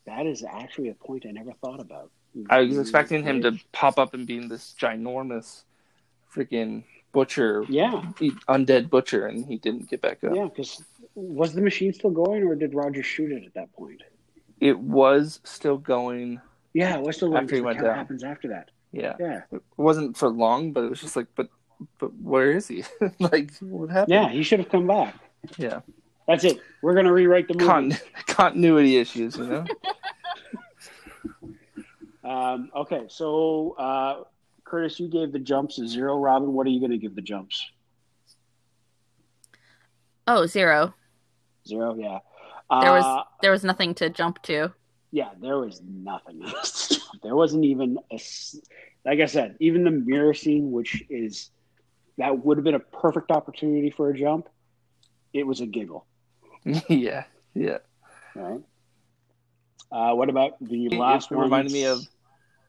Speaker 2: That is actually a point I never thought about.
Speaker 4: I was expecting him to pop up and be this ginormous freaking butcher, e,
Speaker 2: Yeah,
Speaker 4: undead butcher, and he didn't get back up.
Speaker 2: yeah. Because was the machine still going, or did Roger shoot it at that point?
Speaker 4: It was still going.
Speaker 2: Yeah, it was still going.
Speaker 4: After
Speaker 2: 'cause
Speaker 4: he
Speaker 2: the
Speaker 4: went
Speaker 2: cow
Speaker 4: down.
Speaker 2: happens after that.
Speaker 4: Yeah.
Speaker 2: Yeah,
Speaker 4: It wasn't for long, but it was just like, but but where is he? like, what happened?
Speaker 2: yeah. He should have come back.
Speaker 4: Yeah.
Speaker 2: That's it. We're gonna rewrite the movie.
Speaker 4: Con- continuity issues, you know?
Speaker 2: Um, okay, so uh, Curtis, you gave the jumps a zero. Robin, what are you gonna give the jumps?
Speaker 3: Oh, zero.
Speaker 2: Zero. Yeah.
Speaker 3: There was
Speaker 2: Uh,
Speaker 3: there was nothing to jump to.
Speaker 2: yeah, there was nothing. there wasn't even a, s- like I said, even the mirror scene, which is that would have been a perfect opportunity for a jump. It was a giggle,
Speaker 4: yeah. Yeah.
Speaker 2: right? Uh, what about the
Speaker 4: It-
Speaker 2: last
Speaker 4: it
Speaker 2: one?
Speaker 4: reminded me of-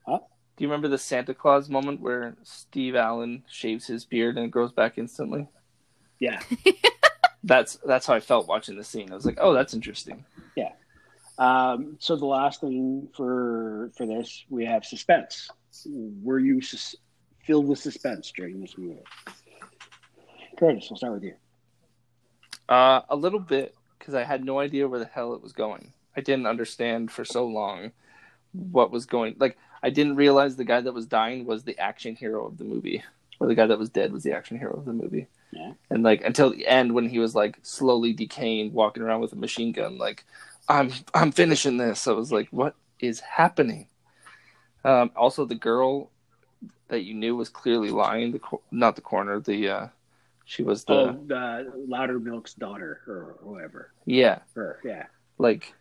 Speaker 2: Huh?
Speaker 4: Do you remember the Santa Claus moment where Steve Allen shaves his beard and it grows back instantly?
Speaker 2: yeah,
Speaker 4: That's that's how I felt watching the scene. I was like, oh, that's interesting.
Speaker 2: Um, so the last thing for for this, we have suspense. Were you sus- filled with suspense during this movie? Curtis, we'll start with you.
Speaker 4: Uh, a little bit because I had no idea where the hell it was going. I didn't understand for so long what was going. Like I didn't realize the guy that was dying was the action hero of the movie, or the guy that was dead was the action hero of the movie.
Speaker 2: Yeah.
Speaker 4: And like until the end when he was like slowly decaying, walking around with a machine gun, like I'm I'm finishing this. I was like, what is happening? Um, also, the girl that you knew was clearly lying. The cor- not the corner. The uh, she was the
Speaker 2: oh, the Louder Milk's daughter or whoever.
Speaker 4: yeah.
Speaker 2: Her, yeah.
Speaker 4: like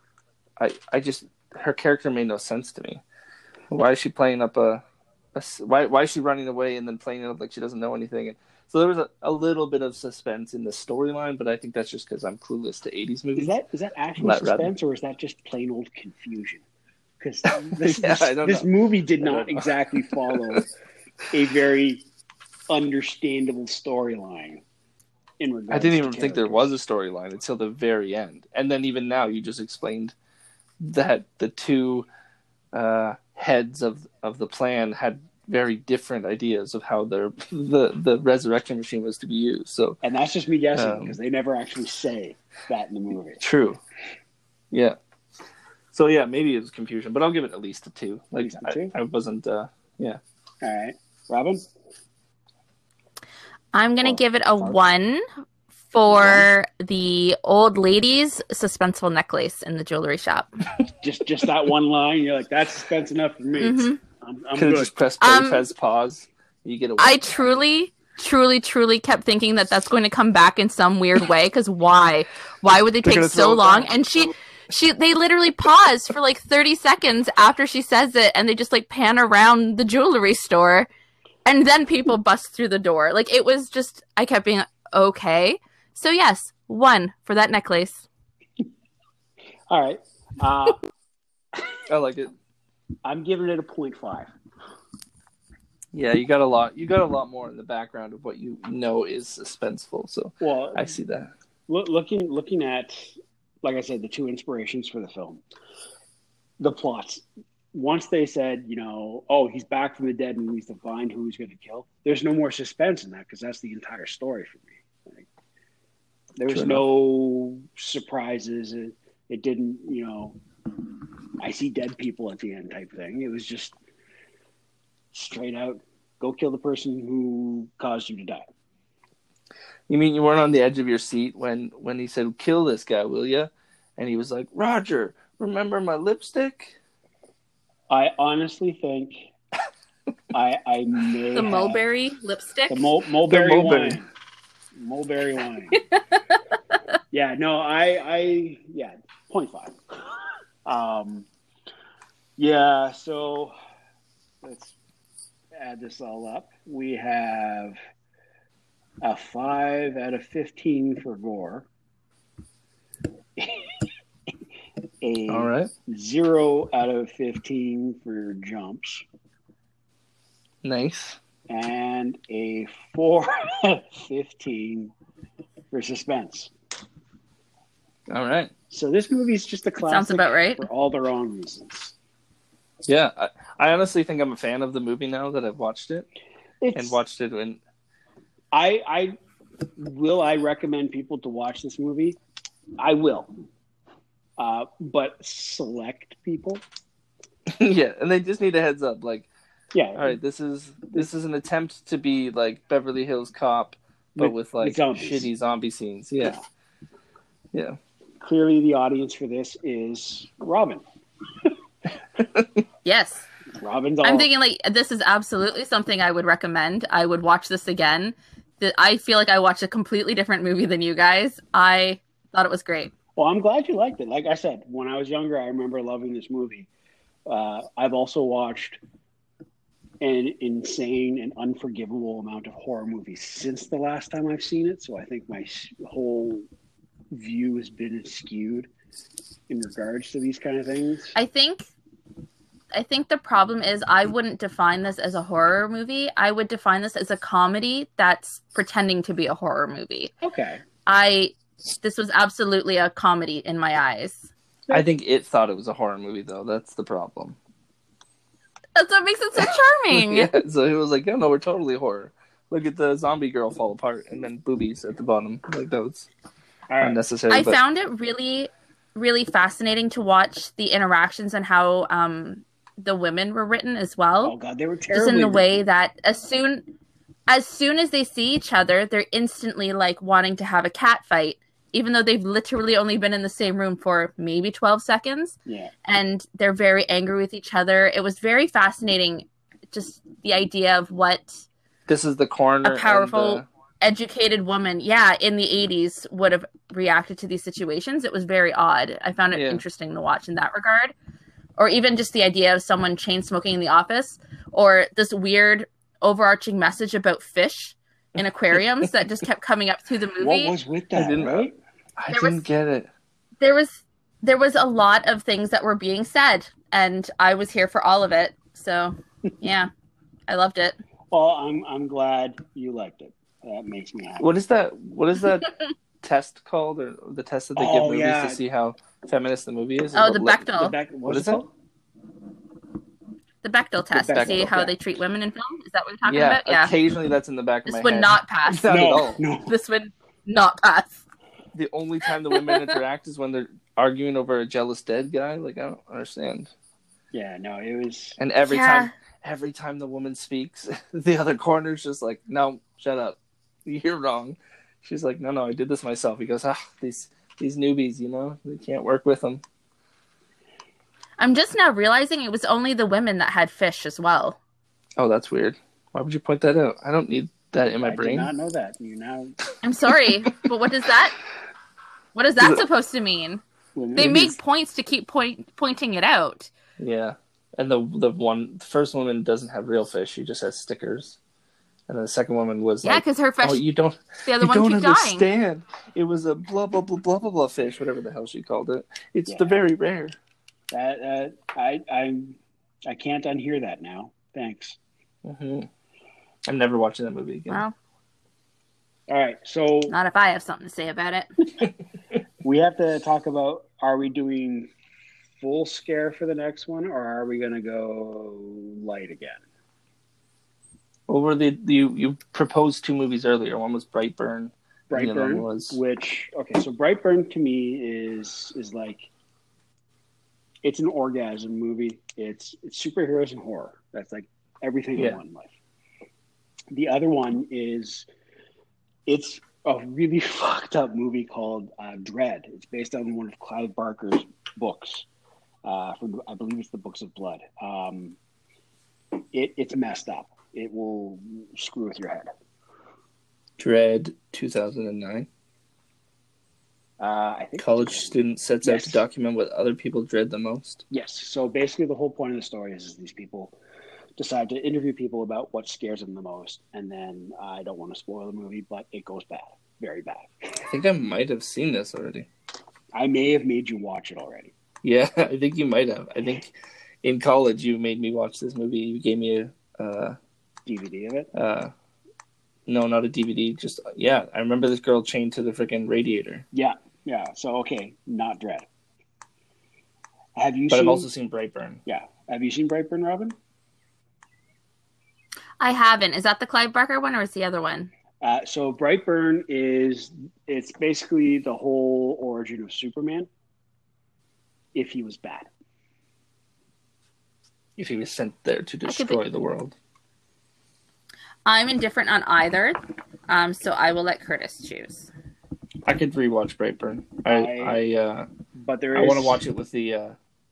Speaker 4: i i just her character made no sense to me why is she playing up a, a s- why why is she running away and then playing it up like she doesn't know anything and so there was a, a little bit of suspense in the storyline but i think that's just because i'm clueless to 80s
Speaker 2: Is
Speaker 4: movies
Speaker 2: that is that actually
Speaker 4: Let-
Speaker 2: suspense or is that just plain old confusion? Because this,
Speaker 4: Yeah, I don't
Speaker 2: this, this
Speaker 4: know.
Speaker 2: movie did
Speaker 4: I don't
Speaker 2: not
Speaker 4: know.
Speaker 2: exactly follow a very understandable storyline. In regards,
Speaker 4: i didn't
Speaker 2: to
Speaker 4: even think there
Speaker 2: characters.
Speaker 4: was a storyline until the very end and then even now you just explained that the two uh, heads of of the plan had very different ideas of how their the the resurrection machine was to be used so
Speaker 2: And that's just me guessing
Speaker 4: Um,
Speaker 2: because they never actually say that in the movie.
Speaker 4: True. Yeah. So yeah, maybe it was confusion, but I'll give it at least a two. Like
Speaker 2: least a two?
Speaker 4: I, I wasn't. Uh,
Speaker 2: All right, Robin.
Speaker 3: I'm gonna
Speaker 2: Oh,
Speaker 3: give it a
Speaker 2: sorry.
Speaker 3: one for the old lady's suspenseful necklace in the jewelry shop.
Speaker 2: Just just that one line. You're like, that's suspense enough for me.
Speaker 3: Mhm.
Speaker 2: I'm, I'm
Speaker 4: could have
Speaker 2: good.
Speaker 4: just pressed play,
Speaker 3: Um,
Speaker 4: press pause. You get away.
Speaker 3: I truly, truly, truly kept thinking that that's going to come back in some weird way. Because why? Why would they
Speaker 4: They're
Speaker 3: take
Speaker 4: gonna
Speaker 3: so
Speaker 4: throw it
Speaker 3: long?
Speaker 4: back.
Speaker 3: And she, she, they literally pause for like thirty seconds after she says it, and they just like pan around the jewelry store, and then people bust through the door. Like it was just, I kept being okay. So yes, one for that necklace.
Speaker 2: All right. Uh,
Speaker 4: I like it.
Speaker 2: I'm giving it a point five.
Speaker 4: Yeah, you got a lot. You got a lot more in the background of what you know is suspenseful. So
Speaker 2: Well,
Speaker 4: I see that.
Speaker 2: loo- looking looking at, like I said, the two inspirations for the film, the plots. Once they said, you know, oh, he's back from the dead and we need to find who he's going to kill. There's no more suspense in that because that's the entire story for me. Like, there was
Speaker 4: True
Speaker 2: no surprises. It, it didn't, you know, I see dead people at the end type thing. It was just straight out Go kill the person who caused you to die.
Speaker 4: You mean you weren't on the edge of your seat when when he said, "Kill this guy, will you?" And he was like, "Roger, remember my lipstick?"
Speaker 2: I honestly think I I may
Speaker 3: The
Speaker 2: have-
Speaker 3: mulberry lipstick.
Speaker 2: the mul- mulberry,
Speaker 4: The mulberry.
Speaker 2: wine, mulberry wine. yeah, no, I I yeah, point five. Um, yeah, so let's add this all up. We have a five out of fifteen for Gore. a
Speaker 4: All right,
Speaker 2: zero out of fifteen for jumps
Speaker 4: nice.
Speaker 2: and a 4 15 for suspense.
Speaker 4: All right,
Speaker 2: So this movie is just a classic
Speaker 3: Sounds about right.
Speaker 2: for all the wrong reasons.
Speaker 4: yeah. I, I honestly think I'm a fan of the movie now that I've watched it
Speaker 2: It's,
Speaker 4: and watched it in
Speaker 2: I, I will I recommend people to watch this movie? I will. Uh, but select people.
Speaker 4: yeah, and they just need a heads up. Like,
Speaker 2: Yeah.
Speaker 4: all right, this is this is an attempt to be like Beverly Hills Cop, but with like
Speaker 2: zombies.
Speaker 4: shitty zombie scenes. Yeah, yeah.
Speaker 2: Clearly the audience for this is Robin.
Speaker 3: Yes.
Speaker 2: Robin's all
Speaker 3: I'm thinking like this is absolutely something I would recommend. I would watch this again. That I feel like I watched a completely different movie than you guys. I thought it was great.
Speaker 2: Well, I'm glad you liked it. Like I said, when I was younger, I remember loving this movie. Uh, I've also watched an insane and unforgivable amount of horror movies since the last time I've seen it. So I think my s- whole view has been skewed in regards to these kind of things.
Speaker 3: I think I think the problem is I wouldn't define this as a horror movie. I would define this as a comedy that's pretending to be a horror movie.
Speaker 2: okay.
Speaker 3: I this was absolutely a comedy in my eyes.
Speaker 4: I think it thought it was a horror movie though. That's the problem.
Speaker 3: That's what makes it so charming.
Speaker 4: Yeah, so he was like, "Yeah, no, we're totally horror. Look at the zombie girl fall apart, and then boobies at the bottom. Like that was
Speaker 2: All right.
Speaker 4: unnecessary."
Speaker 3: I
Speaker 4: but
Speaker 3: found it really, really fascinating to watch the interactions and how um, the women were written as
Speaker 2: Oh
Speaker 3: well.
Speaker 2: God, they were
Speaker 3: just
Speaker 2: terrible.
Speaker 3: in the way that as soon as soon as they see each other, they're instantly like wanting to have a cat fight, even though they've literally only been in the same room for maybe twelve seconds,
Speaker 2: Yeah.
Speaker 3: and they're very angry with each other. It was very fascinating, just the idea of what
Speaker 4: this is the coroner.
Speaker 3: a
Speaker 4: and uh,
Speaker 3: powerful-
Speaker 4: the-
Speaker 3: educated woman, yeah, in the 80s would have reacted to these situations. It was very odd. I found it
Speaker 4: Yeah.
Speaker 3: interesting to watch in that regard. Or even just the idea of someone chain smoking in the office or this weird overarching message about fish in aquariums that just kept coming up through the movie.
Speaker 2: What was with
Speaker 4: I
Speaker 2: that?
Speaker 4: didn't-
Speaker 2: right?
Speaker 4: I
Speaker 3: there was-
Speaker 4: didn't get it.
Speaker 3: there was there was a lot of things that were being said and I was here for all of it. So, yeah. I loved it.
Speaker 2: Well, I'm I'm glad you liked it. That makes me happy.
Speaker 4: What is that? What is that test called, or the test that they give
Speaker 2: Oh,
Speaker 4: movies
Speaker 2: yeah.
Speaker 4: to see how feminist the movie is?
Speaker 3: Oh, the
Speaker 4: What-
Speaker 2: The
Speaker 3: Bechdel,
Speaker 2: back-
Speaker 4: What
Speaker 2: what's
Speaker 4: is
Speaker 2: it
Speaker 4: it?
Speaker 2: called?
Speaker 3: the Bechdel test to
Speaker 4: Bechdel,
Speaker 3: see how
Speaker 2: yeah.
Speaker 3: they treat women in film. Is that what you're talking
Speaker 4: Yeah,
Speaker 3: about? Yeah.
Speaker 4: Occasionally, that's in the back of my
Speaker 3: This would
Speaker 4: head.
Speaker 3: not pass.
Speaker 4: Not at
Speaker 2: No,
Speaker 4: all.
Speaker 2: no.
Speaker 3: this would not pass.
Speaker 4: The only time the women interact is when they're arguing over a jealous dead guy. Like I don't understand.
Speaker 2: Yeah, no, it was.
Speaker 4: And every
Speaker 3: Yeah.
Speaker 4: time, every time the woman speaks, the other corner's just like, "No, shut up, you're wrong." She's like, "No, no, I did this myself." He goes, "Ah, these these newbies, you know, we can't work with them."
Speaker 3: I'm just now realizing it was only the women that had fish as well.
Speaker 4: Oh, that's weird. Why would you point that out? I don't need that in my
Speaker 2: I
Speaker 4: brain.
Speaker 2: did not know that. You now
Speaker 3: I'm sorry, but what is that? What is that supposed to mean? They make points to keep point pointing it out.
Speaker 4: Yeah, and the the one the first woman doesn't have real fish; she just has stickers. And then the second woman was
Speaker 3: Yeah,
Speaker 4: like,
Speaker 3: because her fish,
Speaker 4: "Oh, you don't,
Speaker 3: the other
Speaker 4: you
Speaker 3: one,
Speaker 4: don't
Speaker 3: keep dying.
Speaker 4: understand. It was a blah blah blah blah blah blah fish, whatever the hell she called it. It's the
Speaker 2: Yeah.
Speaker 4: very rare."
Speaker 2: that. Uh, I I I can't unhear that now. Thanks.
Speaker 4: hmm I'm never watching that movie again.
Speaker 3: Well,
Speaker 2: All right, so
Speaker 3: not if I have something to say about it.
Speaker 2: we have to talk about: Are we doing full scare for the next one, or are we going to go light again?
Speaker 4: What were the you you proposed two movies earlier? One was Brightburn. and the other
Speaker 2: Brightburn,
Speaker 4: one was
Speaker 2: which okay, so Brightburn to me is is like it's an orgasm movie. It's, it's superheroes and horror. That's like everything
Speaker 4: Yeah.
Speaker 2: in one life. The other one is it's a really fucked up movie called uh, Dread. It's based on one of Clive Barker's books. Uh, from, I believe it's the Books of Blood. Um, it, it's messed up. It will screw with your head.
Speaker 4: Dread 2009.
Speaker 2: Uh, I think
Speaker 4: College student sets out
Speaker 2: Yes.
Speaker 4: to document what other people dread the most.
Speaker 2: Yes. So basically, the whole point of the story is, is these people decide to interview people about what scares them the most, and then I don't want to spoil the movie, but it goes bad, very bad.
Speaker 4: I think I might have seen this already.
Speaker 2: I may have made you watch it already.
Speaker 4: Yeah, I think you might have. I think in college you made me watch this movie. You gave me a, uh,
Speaker 2: DVD of it.
Speaker 4: uh, no, not a DVD. Just yeah, I remember this girl chained to the freaking radiator.
Speaker 2: Yeah, yeah. So okay, not Dread. Have you
Speaker 4: But
Speaker 2: seen?
Speaker 4: I've also seen Brightburn.
Speaker 2: Yeah. Have you seen Brightburn, Robin?
Speaker 3: I haven't. Is that the Clive Barker one or is the other one?
Speaker 2: Uh, so Brightburn is it's basically the whole origin of Superman. If he was bad,
Speaker 4: If he was sent there to
Speaker 3: could be-
Speaker 4: destroy the world,
Speaker 3: I'm indifferent on either, um, so I will let Curtis choose.
Speaker 4: I could rewatch Brightburn. I I,
Speaker 2: I-
Speaker 4: uh,
Speaker 2: but there
Speaker 4: I
Speaker 2: is
Speaker 4: want to watch it with the. Uh,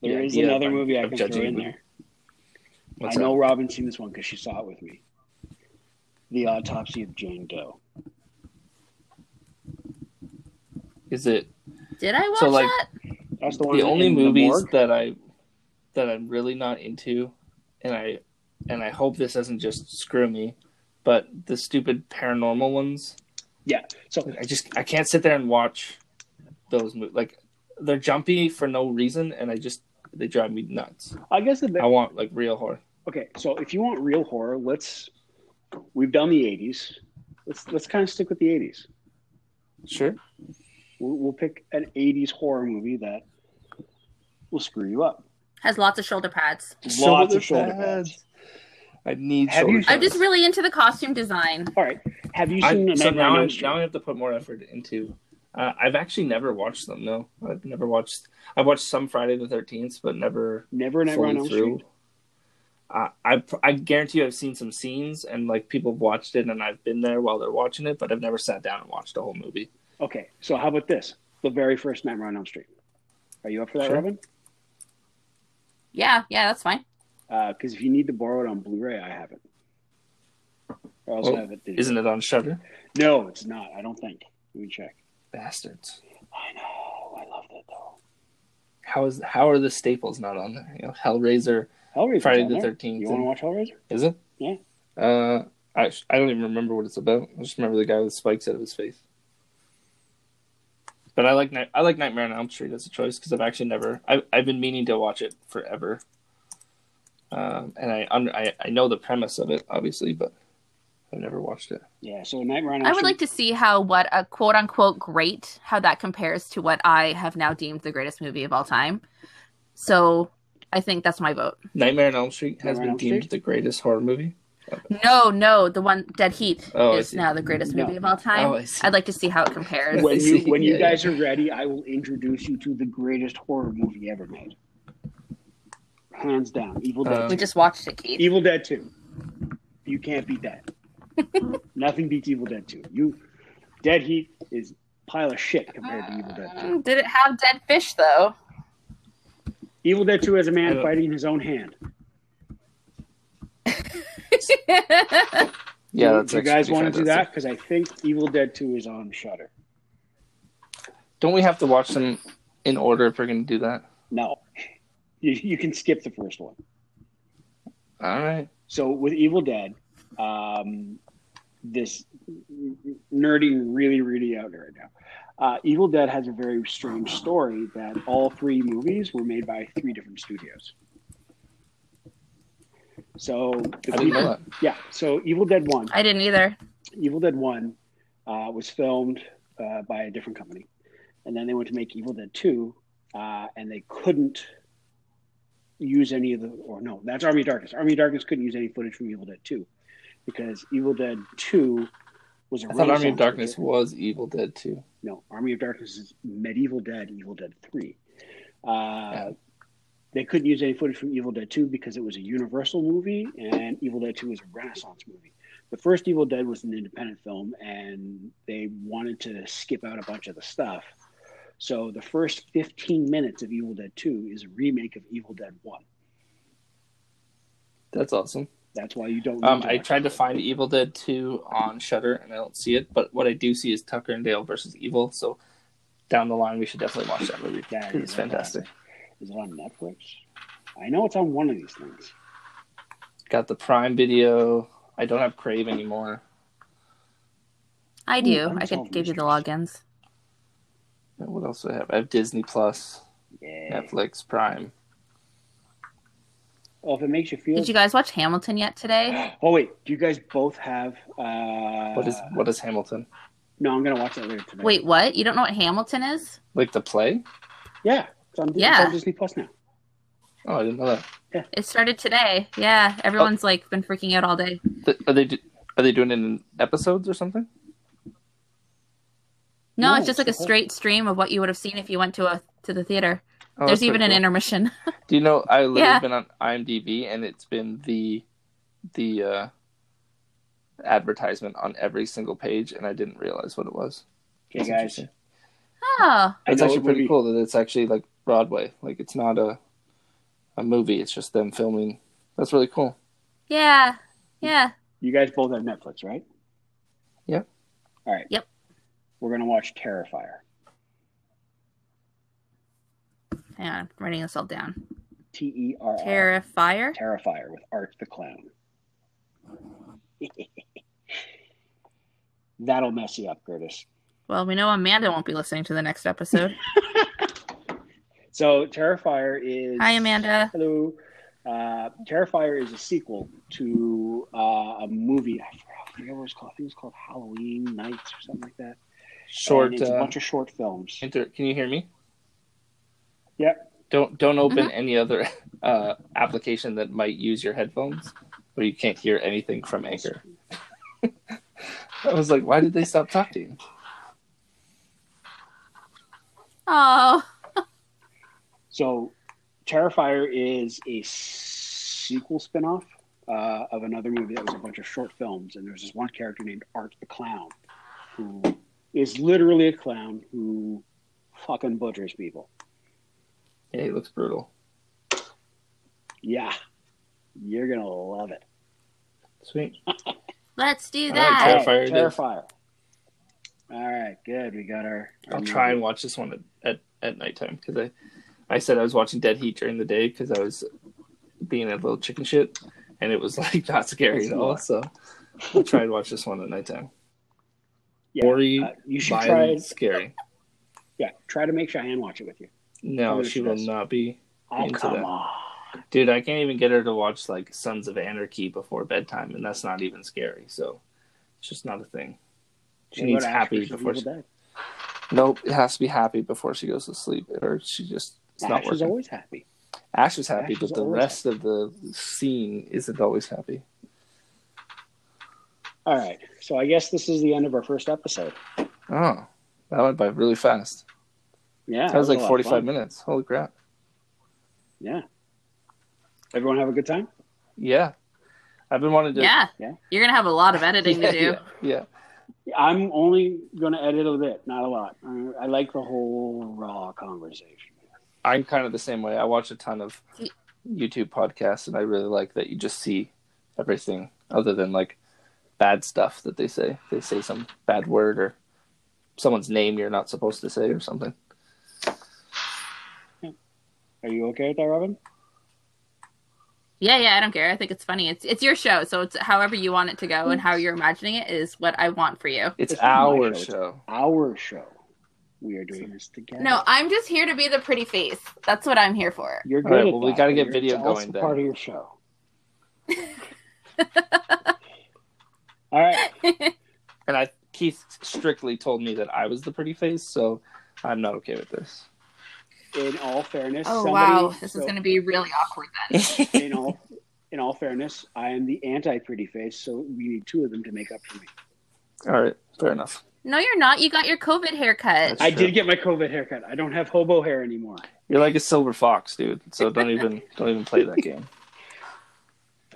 Speaker 2: There
Speaker 4: the
Speaker 2: is
Speaker 4: idea
Speaker 2: another
Speaker 4: of-
Speaker 2: movie I
Speaker 4: of
Speaker 2: can throw
Speaker 4: judging
Speaker 2: in
Speaker 4: it.
Speaker 2: there.
Speaker 4: What's
Speaker 2: I know
Speaker 4: that?
Speaker 2: Robin's seen this one because she saw it with me. The Autopsy of Jane Doe.
Speaker 4: Is it
Speaker 3: Did I watch
Speaker 4: So, like,
Speaker 3: that?
Speaker 2: That's the one.
Speaker 4: the only
Speaker 2: in
Speaker 4: movies
Speaker 2: morgue.
Speaker 4: that I that I'm really not into, and I and I hope this doesn't just screw me, but the stupid paranormal ones.
Speaker 2: yeah. So
Speaker 4: I just I can't sit there and watch those movies. Like they're jumpy for no reason, and I just they drive me nuts.
Speaker 2: I guess the
Speaker 4: I want like real horror.
Speaker 2: okay. So if you want real horror, let's. We've done the '80s. Let's let's kind of stick with the '80s.
Speaker 4: Sure.
Speaker 2: We'll, we'll pick an '80s horror movie that will screw you up.
Speaker 3: Has lots of shoulder pads.
Speaker 2: Lots of shoulder pads.
Speaker 4: I need
Speaker 2: Have
Speaker 4: shoulder
Speaker 2: you-
Speaker 4: pads.
Speaker 3: I'm just really into the costume design.
Speaker 2: All right. Have you
Speaker 4: I-
Speaker 2: seen the
Speaker 4: so
Speaker 2: Nightmare on
Speaker 4: now, I,
Speaker 2: Elm Street?
Speaker 4: now I have to put more effort into. Uh, I've actually never watched them. No, I've never watched. I've watched some Friday the Thirteenth, but never
Speaker 2: Never a Nightmare on
Speaker 4: fully
Speaker 2: Elm
Speaker 4: through.
Speaker 2: Street.
Speaker 4: I, I I guarantee you, I've seen some scenes and like people have watched it, and I've been there while they're watching it, but I've never sat down and watched a whole movie.
Speaker 2: Okay. So how about this? The very first Nightmare on Elm Street. Are you up for that,
Speaker 4: Sure.
Speaker 2: Robin?
Speaker 3: Yeah, yeah, that's fine.
Speaker 2: because Uh, if you need to borrow it on Blu-ray, I have it. I also
Speaker 4: Oh,
Speaker 2: have it.
Speaker 4: Isn't it on Shutter?
Speaker 2: No, it's not. I don't think. Let me check.
Speaker 4: Bastards!
Speaker 2: I know. I loved it though.
Speaker 4: How is how are the staples not on there? You know, Hellraiser
Speaker 2: Hellraiser.
Speaker 4: Friday
Speaker 2: on
Speaker 4: the
Speaker 2: there.
Speaker 4: 13th.
Speaker 2: You want to watch Hellraiser?
Speaker 4: is it?
Speaker 2: Yeah.
Speaker 4: Uh, I I don't even remember what it's about. I just remember the guy with spikes out of his face. But I like Night- I like Nightmare on Elm Street as a choice because I've actually never I've I've been meaning to watch it forever. Um, and I, un- I I know the premise of it obviously, but I've never watched it.
Speaker 2: Yeah. So Nightmare on Elm
Speaker 3: I would
Speaker 2: Street.
Speaker 3: like to see how what a quote unquote great how that compares to what I have now deemed the greatest movie of all time. So I think that's my vote.
Speaker 4: Nightmare on Elm Street
Speaker 2: Nightmare on
Speaker 4: has been
Speaker 2: Elm
Speaker 4: deemed
Speaker 2: Street?
Speaker 4: the greatest horror movie.
Speaker 3: No, no, the one Dead Heat
Speaker 4: Oh, I
Speaker 3: is
Speaker 4: see.
Speaker 3: now the greatest
Speaker 2: No.
Speaker 3: movie of all time.
Speaker 4: Oh, I see.
Speaker 3: I'd like to see how it compares.
Speaker 2: When you
Speaker 4: See,
Speaker 2: when you
Speaker 4: yeah,
Speaker 2: guys are ready, I will introduce you to the greatest horror movie ever made. Hands down, Evil Dead.
Speaker 4: Um,
Speaker 3: we just watched it, Keith.
Speaker 2: Evil Dead Two. You can't beat that. Nothing beats Evil Dead Two. You, Dead Heat is pile of shit compared to Evil Dead Two.
Speaker 3: Mm, Did it have dead fish though?
Speaker 2: Evil Dead 2 has a
Speaker 4: I
Speaker 2: man
Speaker 4: don't-
Speaker 2: fighting his own hand.
Speaker 4: Yeah,
Speaker 2: Do-
Speaker 4: that's
Speaker 2: do you guys
Speaker 4: actually
Speaker 2: want to do
Speaker 4: fantastic.
Speaker 2: that? Because I think Evil Dead 2 is on Shutter.
Speaker 4: Don't we have to watch them in order if we're going to do that?
Speaker 2: No, you, you can skip the first one.
Speaker 4: All right.
Speaker 2: So with Evil Dead, um, this nerding really, really out right now. Uh, Evil Dead has a very strange story that all three movies were made by three different studios. So the
Speaker 4: I didn't know
Speaker 2: people-
Speaker 4: that.
Speaker 2: yeah, so Evil Dead One
Speaker 3: I didn't either.
Speaker 2: Evil Dead One uh, was filmed uh, by a different company, and then they went to make Evil Dead Two, uh, and they couldn't use any of the or no, that's Army of Darkness. Army of Darkness couldn't use any footage from Evil Dead Two because Evil Dead Two was a
Speaker 4: I thought Army of
Speaker 2: Renaissance
Speaker 4: Darkness
Speaker 2: picture.
Speaker 4: was Evil Dead too.
Speaker 2: No, Army of Darkness is Medieval Dead, Evil Dead Three. Uh, they couldn't use any footage from Evil Dead 2 because it was a Universal movie and Evil Dead 2 was a Renaissance movie. the first Evil Dead was an independent film, and they wanted to skip out a bunch of the stuff. So the first 15 minutes of Evil Dead 2 is a remake of Evil Dead 1.
Speaker 4: That's awesome.
Speaker 2: That's why you don't. need
Speaker 4: Um, I
Speaker 2: watch
Speaker 4: tried to
Speaker 2: it.
Speaker 4: find Evil Dead 2 on Shutter, and I don't see it. But what I do see is Tucker and Dale versus Evil. So down the line, we should definitely watch that movie.
Speaker 2: Yeah,
Speaker 4: 'cause it's
Speaker 2: yeah.
Speaker 4: fantastic.
Speaker 2: Is it on Netflix? I know it's on one of these things.
Speaker 4: Got the Prime Video. I don't have Crave anymore.
Speaker 3: I
Speaker 2: Ooh,
Speaker 3: do. I
Speaker 2: unsolved
Speaker 3: could give you the
Speaker 2: mysteries.
Speaker 3: logins.
Speaker 4: And What else do I have? I have Disney Plus,
Speaker 2: Yeah.
Speaker 4: Netflix, Prime.
Speaker 2: Well, if it makes you feel.
Speaker 3: Did you guys watch Hamilton yet today?
Speaker 2: oh wait, do you guys both have? Uh,
Speaker 4: What is what is Hamilton?
Speaker 2: No, I'm gonna watch that later tonight.
Speaker 3: Wait, what? You don't know what Hamilton is?
Speaker 4: Like the play?
Speaker 2: Yeah. It's on, it's
Speaker 3: Yeah.
Speaker 2: on Disney Plus now.
Speaker 4: Oh, I didn't know that.
Speaker 3: It started today. Yeah,
Speaker 4: Oh.
Speaker 3: everyone's like been freaking out all day.
Speaker 4: Th- Are they do- are they doing it in episodes or something?
Speaker 3: No,
Speaker 2: No,
Speaker 3: it's just
Speaker 2: it's a
Speaker 3: like a
Speaker 2: whole-
Speaker 3: straight stream of what you would have seen if you went to a to the theater.
Speaker 4: Oh, that's
Speaker 3: There's
Speaker 4: pretty
Speaker 3: even an
Speaker 4: cool.
Speaker 3: intermission.
Speaker 4: Do you know I literally
Speaker 3: Yeah.
Speaker 4: been on IMDb and it's been the the uh, advertisement on every single page, and I didn't realize what it was.
Speaker 2: Okay,
Speaker 4: That's
Speaker 2: guys.
Speaker 4: interesting.
Speaker 3: Oh,
Speaker 2: I
Speaker 4: It's
Speaker 2: know
Speaker 4: actually
Speaker 2: it
Speaker 4: pretty
Speaker 2: would be-
Speaker 4: cool that it's actually like Broadway. Like it's not a a movie. It's just them filming. That's really cool.
Speaker 3: yeah, yeah.
Speaker 2: You guys both have Netflix, right?
Speaker 4: Yep.
Speaker 2: All right.
Speaker 3: Yep.
Speaker 2: We're gonna watch Terrifier.
Speaker 3: Hang on, I'm writing this all down.
Speaker 2: T E R R.
Speaker 3: Terrifier.
Speaker 2: Terrifier with Art the Clown. That'll mess you up, Curtis.
Speaker 3: Well, we know Amanda won't be listening to the next episode.
Speaker 2: So Terrifier is.
Speaker 3: Hi, Amanda.
Speaker 2: Hello. Uh, Terrifier is a sequel to uh, a movie. I forget, I forget what it was called. I think it was called Halloween Nights or something like that.
Speaker 4: Short.
Speaker 2: And it's a
Speaker 4: Uh,
Speaker 2: bunch of short films.
Speaker 4: inter- can you hear me?
Speaker 2: Yep.
Speaker 4: Don't don't open any other uh, application that might use your headphones, where you can't hear anything from Anchor. I was like, why did they stop talking?
Speaker 3: Oh,
Speaker 2: So, Terrifier is a sequel spinoff uh, of another movie that was a bunch of short films, and there's this one character named Art the Clown, who is literally a clown who fucking butchers people.
Speaker 4: Yeah, he looks brutal.
Speaker 2: Yeah, you're gonna love it.
Speaker 4: Sweet.
Speaker 3: let's do
Speaker 4: All
Speaker 3: that.
Speaker 4: right, Terrifier it is.
Speaker 2: Terrifier. All right, good. We got our. our
Speaker 4: I'll try and
Speaker 2: movie.
Speaker 4: watch this one at, at, at nighttime because I, I said I was watching Dead Heat during the day because I was being a little chicken shit and it was like not scary at all. So I'll try and watch this one at nighttime.
Speaker 2: Yeah,
Speaker 4: Gory,
Speaker 2: uh, you should try.
Speaker 4: Violent,
Speaker 2: it.
Speaker 4: scary.
Speaker 2: Yeah, try to make Cheyenne watch it with you.
Speaker 4: No,
Speaker 2: Other
Speaker 4: she will
Speaker 2: stress.
Speaker 4: not be.
Speaker 2: Oh
Speaker 4: Into
Speaker 2: come
Speaker 4: that.
Speaker 2: on!
Speaker 4: Dude, I can't even get her to watch like Sons of Anarchy before bedtime, and that's not even scary. So it's just not a thing. She
Speaker 2: You
Speaker 4: needs
Speaker 2: gotta ask her
Speaker 4: happy
Speaker 2: if she's
Speaker 4: before.
Speaker 2: Evil
Speaker 4: She...
Speaker 2: Dead.
Speaker 4: Nope, it has to be happy before she goes to sleep, or she just it's not
Speaker 2: Ash is
Speaker 4: working.
Speaker 2: always happy.
Speaker 4: Ash is happy,
Speaker 2: Ash
Speaker 4: but
Speaker 2: is
Speaker 4: the
Speaker 2: always
Speaker 4: rest of the scene isn't always happy.
Speaker 2: All right. So I guess this is the end of our first episode.
Speaker 4: Oh, that went by really fast.
Speaker 2: Yeah.
Speaker 4: That was
Speaker 2: a
Speaker 4: like
Speaker 2: lot of
Speaker 4: 45
Speaker 2: fun.
Speaker 4: minutes. Holy crap.
Speaker 2: Yeah. Everyone have a good time?
Speaker 4: Yeah. I've been wanting to.
Speaker 3: Yeah.
Speaker 2: Yeah.
Speaker 3: you're gonna have a lot of editing
Speaker 4: Yeah,
Speaker 3: to do.
Speaker 4: yeah, yeah.
Speaker 2: I'm only going to edit a bit, not a lot. Uh, I- I like the whole raw conversation.
Speaker 4: I'm kind of the same way. I watch a ton of
Speaker 3: Y-
Speaker 4: YouTube podcasts, and I really like that you just see everything other than like bad stuff that they say. They say some bad word or someone's name you're not supposed to say or something.
Speaker 2: Are you okay with that, Robin?
Speaker 3: Yeah, yeah, I don't care. I think it's funny. It's it's your show, so it's however you want it to go and how you're imagining it is what I want for you.
Speaker 4: It's,
Speaker 2: It's not my
Speaker 4: our
Speaker 2: show, it's-
Speaker 4: show.
Speaker 2: Our show. We are doing this together.
Speaker 3: No, I'm just here to be the pretty face. That's what I'm here for.
Speaker 2: You're
Speaker 4: All
Speaker 2: good.
Speaker 4: right,
Speaker 2: at
Speaker 4: well, we
Speaker 2: that,
Speaker 4: gotta get
Speaker 2: You're-
Speaker 4: video
Speaker 2: it's also
Speaker 4: going then.
Speaker 2: part of your show. All right.
Speaker 4: and I Keith strictly told me that I was the pretty face, so I'm not okay with this.
Speaker 2: In all fairness,
Speaker 3: Oh
Speaker 2: somebody-
Speaker 3: wow, this
Speaker 2: so-
Speaker 3: is going to be really awkward then.
Speaker 2: in all in all fairness, I am the anti pretty face, so we need two of them to make up for me.
Speaker 4: All right, fair enough.
Speaker 3: No, you're not. You got your COVID haircut.
Speaker 4: That's
Speaker 2: I
Speaker 4: true.
Speaker 2: did get my COVID haircut. I don't have hobo hair anymore.
Speaker 4: You're like a silver fox, dude. So don't even don't even play that game.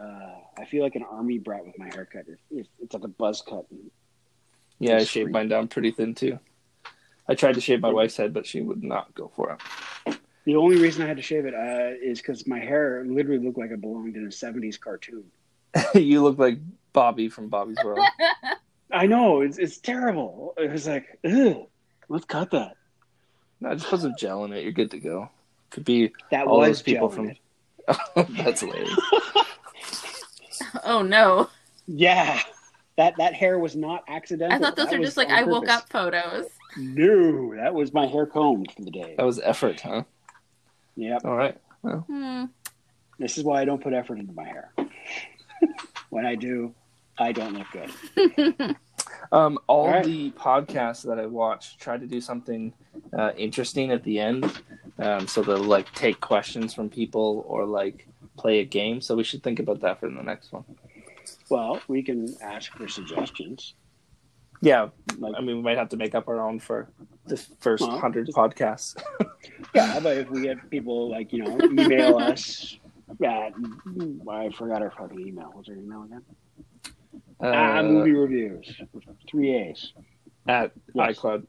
Speaker 2: Uh, I feel like an army brat with my haircut. It's- It's, it's like a buzz cut.
Speaker 4: Yeah, I
Speaker 2: It's
Speaker 4: shaved
Speaker 2: free.
Speaker 4: mine down pretty thin too. I tried to shave my wife's head, but she would not go for it.
Speaker 2: The only reason I had to shave it uh, is because my hair literally looked like it belonged in a '70s cartoon.
Speaker 4: you look like Bobby from Bobby's World.
Speaker 2: I know it's it's terrible. It was like, Ew, let's cut that.
Speaker 4: no, just put some gel in it. You're good to go. Could be
Speaker 2: That
Speaker 4: all
Speaker 2: was
Speaker 4: those people
Speaker 2: gel in
Speaker 4: from.
Speaker 2: it.
Speaker 4: That's hilarious.
Speaker 3: Oh no!
Speaker 2: Yeah, that that hair was not accidental.
Speaker 3: I thought those
Speaker 2: That
Speaker 3: were
Speaker 2: was
Speaker 3: just like
Speaker 2: on
Speaker 3: I woke
Speaker 2: purpose.
Speaker 3: up photos.
Speaker 2: No, that was my hair combed for the day.
Speaker 4: That was effort, huh?
Speaker 2: Yep.
Speaker 4: All right.
Speaker 3: Hmm.
Speaker 2: This is why I don't put effort into my hair. when I do, I don't look good.
Speaker 4: Um, all
Speaker 2: All right.
Speaker 4: the podcasts that I watch try to do something uh, interesting at the end. Um, so they'll like take questions from people or like play a game. So we should think about that for the next one.
Speaker 2: Well, we can ask for suggestions.
Speaker 4: Yeah,
Speaker 2: Like,
Speaker 4: I mean, we might have to make up our own for the first
Speaker 2: Well,
Speaker 4: hundred
Speaker 2: just-
Speaker 4: podcasts.
Speaker 2: yeah, how about if we have people like you know email us? At, I forgot our fucking email. What's our email again?
Speaker 4: Uh,
Speaker 2: ah, movie reviews. Three A's
Speaker 4: at
Speaker 2: Yes.
Speaker 4: iCloud.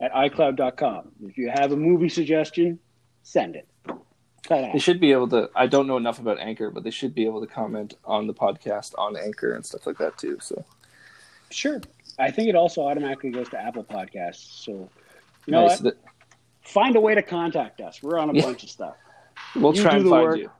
Speaker 2: at iCloud.com. If you have a movie suggestion, send it. Cut
Speaker 4: They
Speaker 2: out.
Speaker 4: should be able to. I don't know enough about Anchor, but they should be able to comment on the podcast on Anchor and stuff like that too. So
Speaker 2: Sure. I think it also automatically goes to Apple Podcasts. So you know
Speaker 4: Nice.
Speaker 2: what? Find a way to contact us. We're on a
Speaker 4: Yeah.
Speaker 2: bunch of stuff.
Speaker 4: We'll
Speaker 2: You
Speaker 4: try
Speaker 2: do
Speaker 4: and
Speaker 2: the
Speaker 4: find
Speaker 2: work.
Speaker 4: you.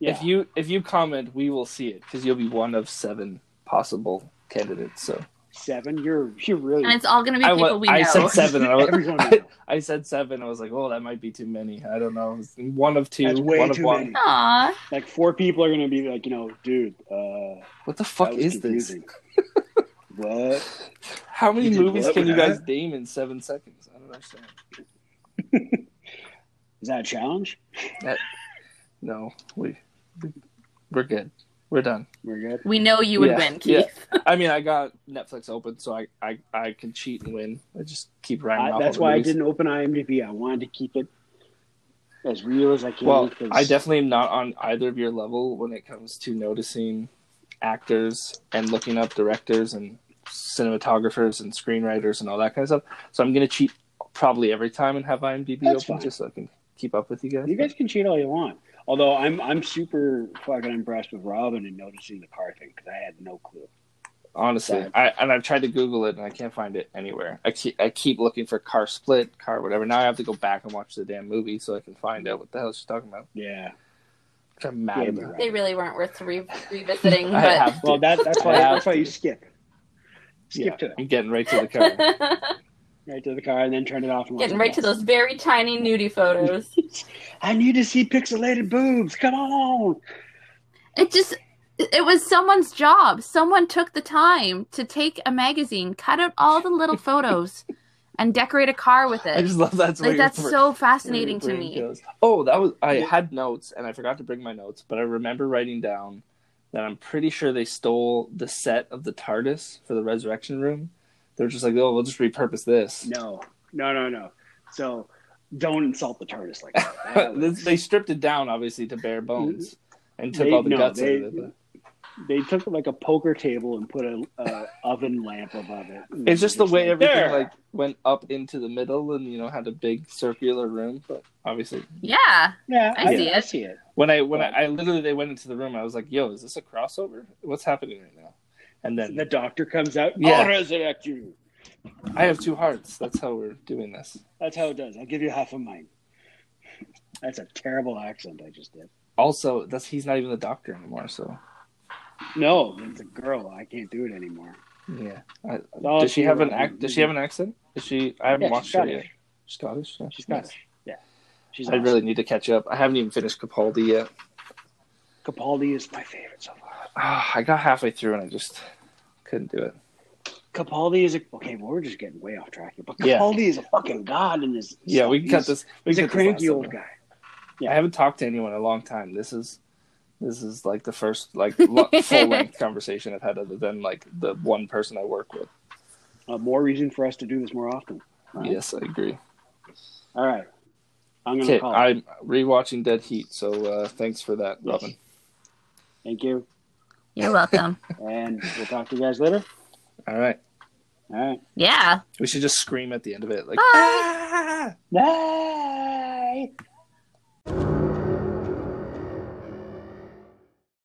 Speaker 2: Yeah.
Speaker 4: If you if you comment, we will see it because you'll be one of seven possible candidates. So
Speaker 2: Seven, you're you're really
Speaker 3: And it's all gonna be
Speaker 4: I,
Speaker 3: people
Speaker 4: wa-
Speaker 3: we
Speaker 4: I
Speaker 3: know.
Speaker 4: said seven. And I, was,
Speaker 2: everyone. I know.
Speaker 4: I said seven. I was like, oh, that might be too many. I don't know. It's One of two.
Speaker 2: That's way
Speaker 4: one of
Speaker 2: too
Speaker 4: one.
Speaker 2: many.
Speaker 3: Aw.
Speaker 2: Like four people are gonna be like, you know, dude, uh
Speaker 4: What the fuck
Speaker 2: that was
Speaker 4: is this?
Speaker 2: confusing. what?
Speaker 4: How many
Speaker 2: You did
Speaker 4: movies
Speaker 2: what
Speaker 4: can
Speaker 2: with
Speaker 4: you guys
Speaker 2: that?
Speaker 4: name in seven seconds? I don't understand.
Speaker 2: Is that a challenge?
Speaker 4: No, we we're good. We're done.
Speaker 2: We're good.
Speaker 3: We know you would
Speaker 4: Yeah,
Speaker 3: win,
Speaker 4: yeah.
Speaker 3: Keith.
Speaker 4: I mean, I got Netflix open, so I I, I can cheat and win. I just keep
Speaker 2: I-
Speaker 4: rounding off.
Speaker 2: that's
Speaker 4: all the
Speaker 2: why I
Speaker 4: movies.
Speaker 2: didn't open IMDb. I wanted to keep it as real as I can.
Speaker 4: Well,
Speaker 2: 'cause-
Speaker 4: I definitely am not on either of your level when it comes to noticing actors and looking up directors and cinematographers and screenwriters and all that kind of stuff. So I'm gonna cheat probably every time and have IMDb
Speaker 2: That's
Speaker 4: open
Speaker 2: fine.
Speaker 4: just so I can keep up with you guys.
Speaker 2: you guys can cheat all you want. Although I'm I'm super fucking impressed with Robin and noticing the car thing because I had no clue.
Speaker 4: Honestly,
Speaker 2: Right.
Speaker 4: I and I've tried to Google it and I can't find it anywhere. I keep I keep looking for car split, car whatever. Now I have to go back and watch the damn movie so I can find out what the hell she's talking about.
Speaker 2: Yeah.
Speaker 4: Which I'm mad
Speaker 2: Yeah,
Speaker 4: about.
Speaker 2: you're
Speaker 3: They really weren't worth re- revisiting,
Speaker 4: I
Speaker 3: but
Speaker 4: have
Speaker 2: Well,
Speaker 4: to.
Speaker 2: that, that's why
Speaker 4: I have
Speaker 2: that's why you skip. Skip
Speaker 4: Yeah,
Speaker 2: to it.
Speaker 4: I'm getting right to the car.
Speaker 2: Right to the car and then turn it off. And watch
Speaker 3: getting
Speaker 2: it
Speaker 3: right to
Speaker 2: back.
Speaker 3: those very tiny nudie photos.
Speaker 2: I need to see pixelated boobs. Come on.
Speaker 3: It just it was someone's job. Someone took the time to take a magazine, cut out all the little photos, and decorate a car with
Speaker 4: I
Speaker 3: it.
Speaker 4: just love that's where
Speaker 3: Like
Speaker 4: your
Speaker 3: that's
Speaker 4: brain-
Speaker 3: so
Speaker 4: where your
Speaker 3: fascinating to
Speaker 4: brain
Speaker 3: me.
Speaker 4: goes. Oh, that was I had notes and I forgot to bring my notes, but I remember writing down that I'm pretty sure they stole the set of the TARDIS for the resurrection room. They were just like, oh, we'll just repurpose this.
Speaker 2: No. No. No. No. So don't insult the TARDIS like that. that.
Speaker 4: This-
Speaker 2: was-
Speaker 4: they stripped it down obviously to bare bones and took
Speaker 2: They-
Speaker 4: all the
Speaker 2: no,
Speaker 4: guts
Speaker 2: they-
Speaker 4: out of it.
Speaker 2: they took like a poker table and put a, a oven lamp above it.
Speaker 4: But it's just the way everything
Speaker 2: There.
Speaker 4: like went up into the middle and you know had a big circular room. But obviously,
Speaker 3: Yeah.
Speaker 2: Yeah,
Speaker 3: I
Speaker 2: I,
Speaker 3: see
Speaker 2: I
Speaker 3: it.
Speaker 2: see it.
Speaker 4: when I when I, I literally they went into the room, I was like, yo, is this a crossover? What's happening right now? And then
Speaker 2: The doctor comes out.
Speaker 4: Yeah.
Speaker 2: I'll resurrect you.
Speaker 4: I have two hearts. That's how we're doing this.
Speaker 2: That's how it does. I'll give you half of mine. That's a terrible accent I just did.
Speaker 4: Also, that's he's not even the doctor anymore. So
Speaker 2: No, it's a girl. I can't do it anymore.
Speaker 4: yeah, I,
Speaker 2: Oh,
Speaker 4: does she have an
Speaker 2: you're
Speaker 4: act?
Speaker 2: right.
Speaker 4: Does she have an accent? Is she? I haven't
Speaker 2: Yeah,
Speaker 4: watched
Speaker 2: she's
Speaker 4: her
Speaker 2: Scottish.
Speaker 4: yet. Scottish. Yeah.
Speaker 2: She's Scottish. Yeah, she's.
Speaker 4: I
Speaker 2: Awesome.
Speaker 4: really need to catch up. I haven't even finished Capaldi yet.
Speaker 2: Capaldi is my favorite so far.
Speaker 4: Ah, I got halfway through and I just couldn't do it.
Speaker 2: Capaldi is a okay. Well, we're just getting way off track here, but
Speaker 4: Yeah.
Speaker 2: Capaldi is a fucking god in this.
Speaker 4: Yeah, we
Speaker 2: he's-
Speaker 4: can cut this. We
Speaker 2: He's
Speaker 4: can
Speaker 2: a
Speaker 4: cut this last
Speaker 2: cranky old
Speaker 4: segment.
Speaker 2: guy.
Speaker 4: I haven't talked to anyone in a long time. This is this is like the first like full length conversation I've had other than like the one person I work with.
Speaker 2: Uh, more reason for us to do this more often. Right.
Speaker 4: Yes, I agree.
Speaker 2: All right, I'm gonna
Speaker 4: Okay,
Speaker 2: call.
Speaker 4: I'm rewatching Dead Heat, so uh, thanks for that, Robin.
Speaker 2: Thank you.
Speaker 3: You're welcome.
Speaker 2: and we'll talk to you guys later.
Speaker 4: All right.
Speaker 2: All right.
Speaker 3: yeah.
Speaker 4: We should just scream at the end of it. Like,
Speaker 3: Bye.
Speaker 4: "Ah!"
Speaker 2: Bye.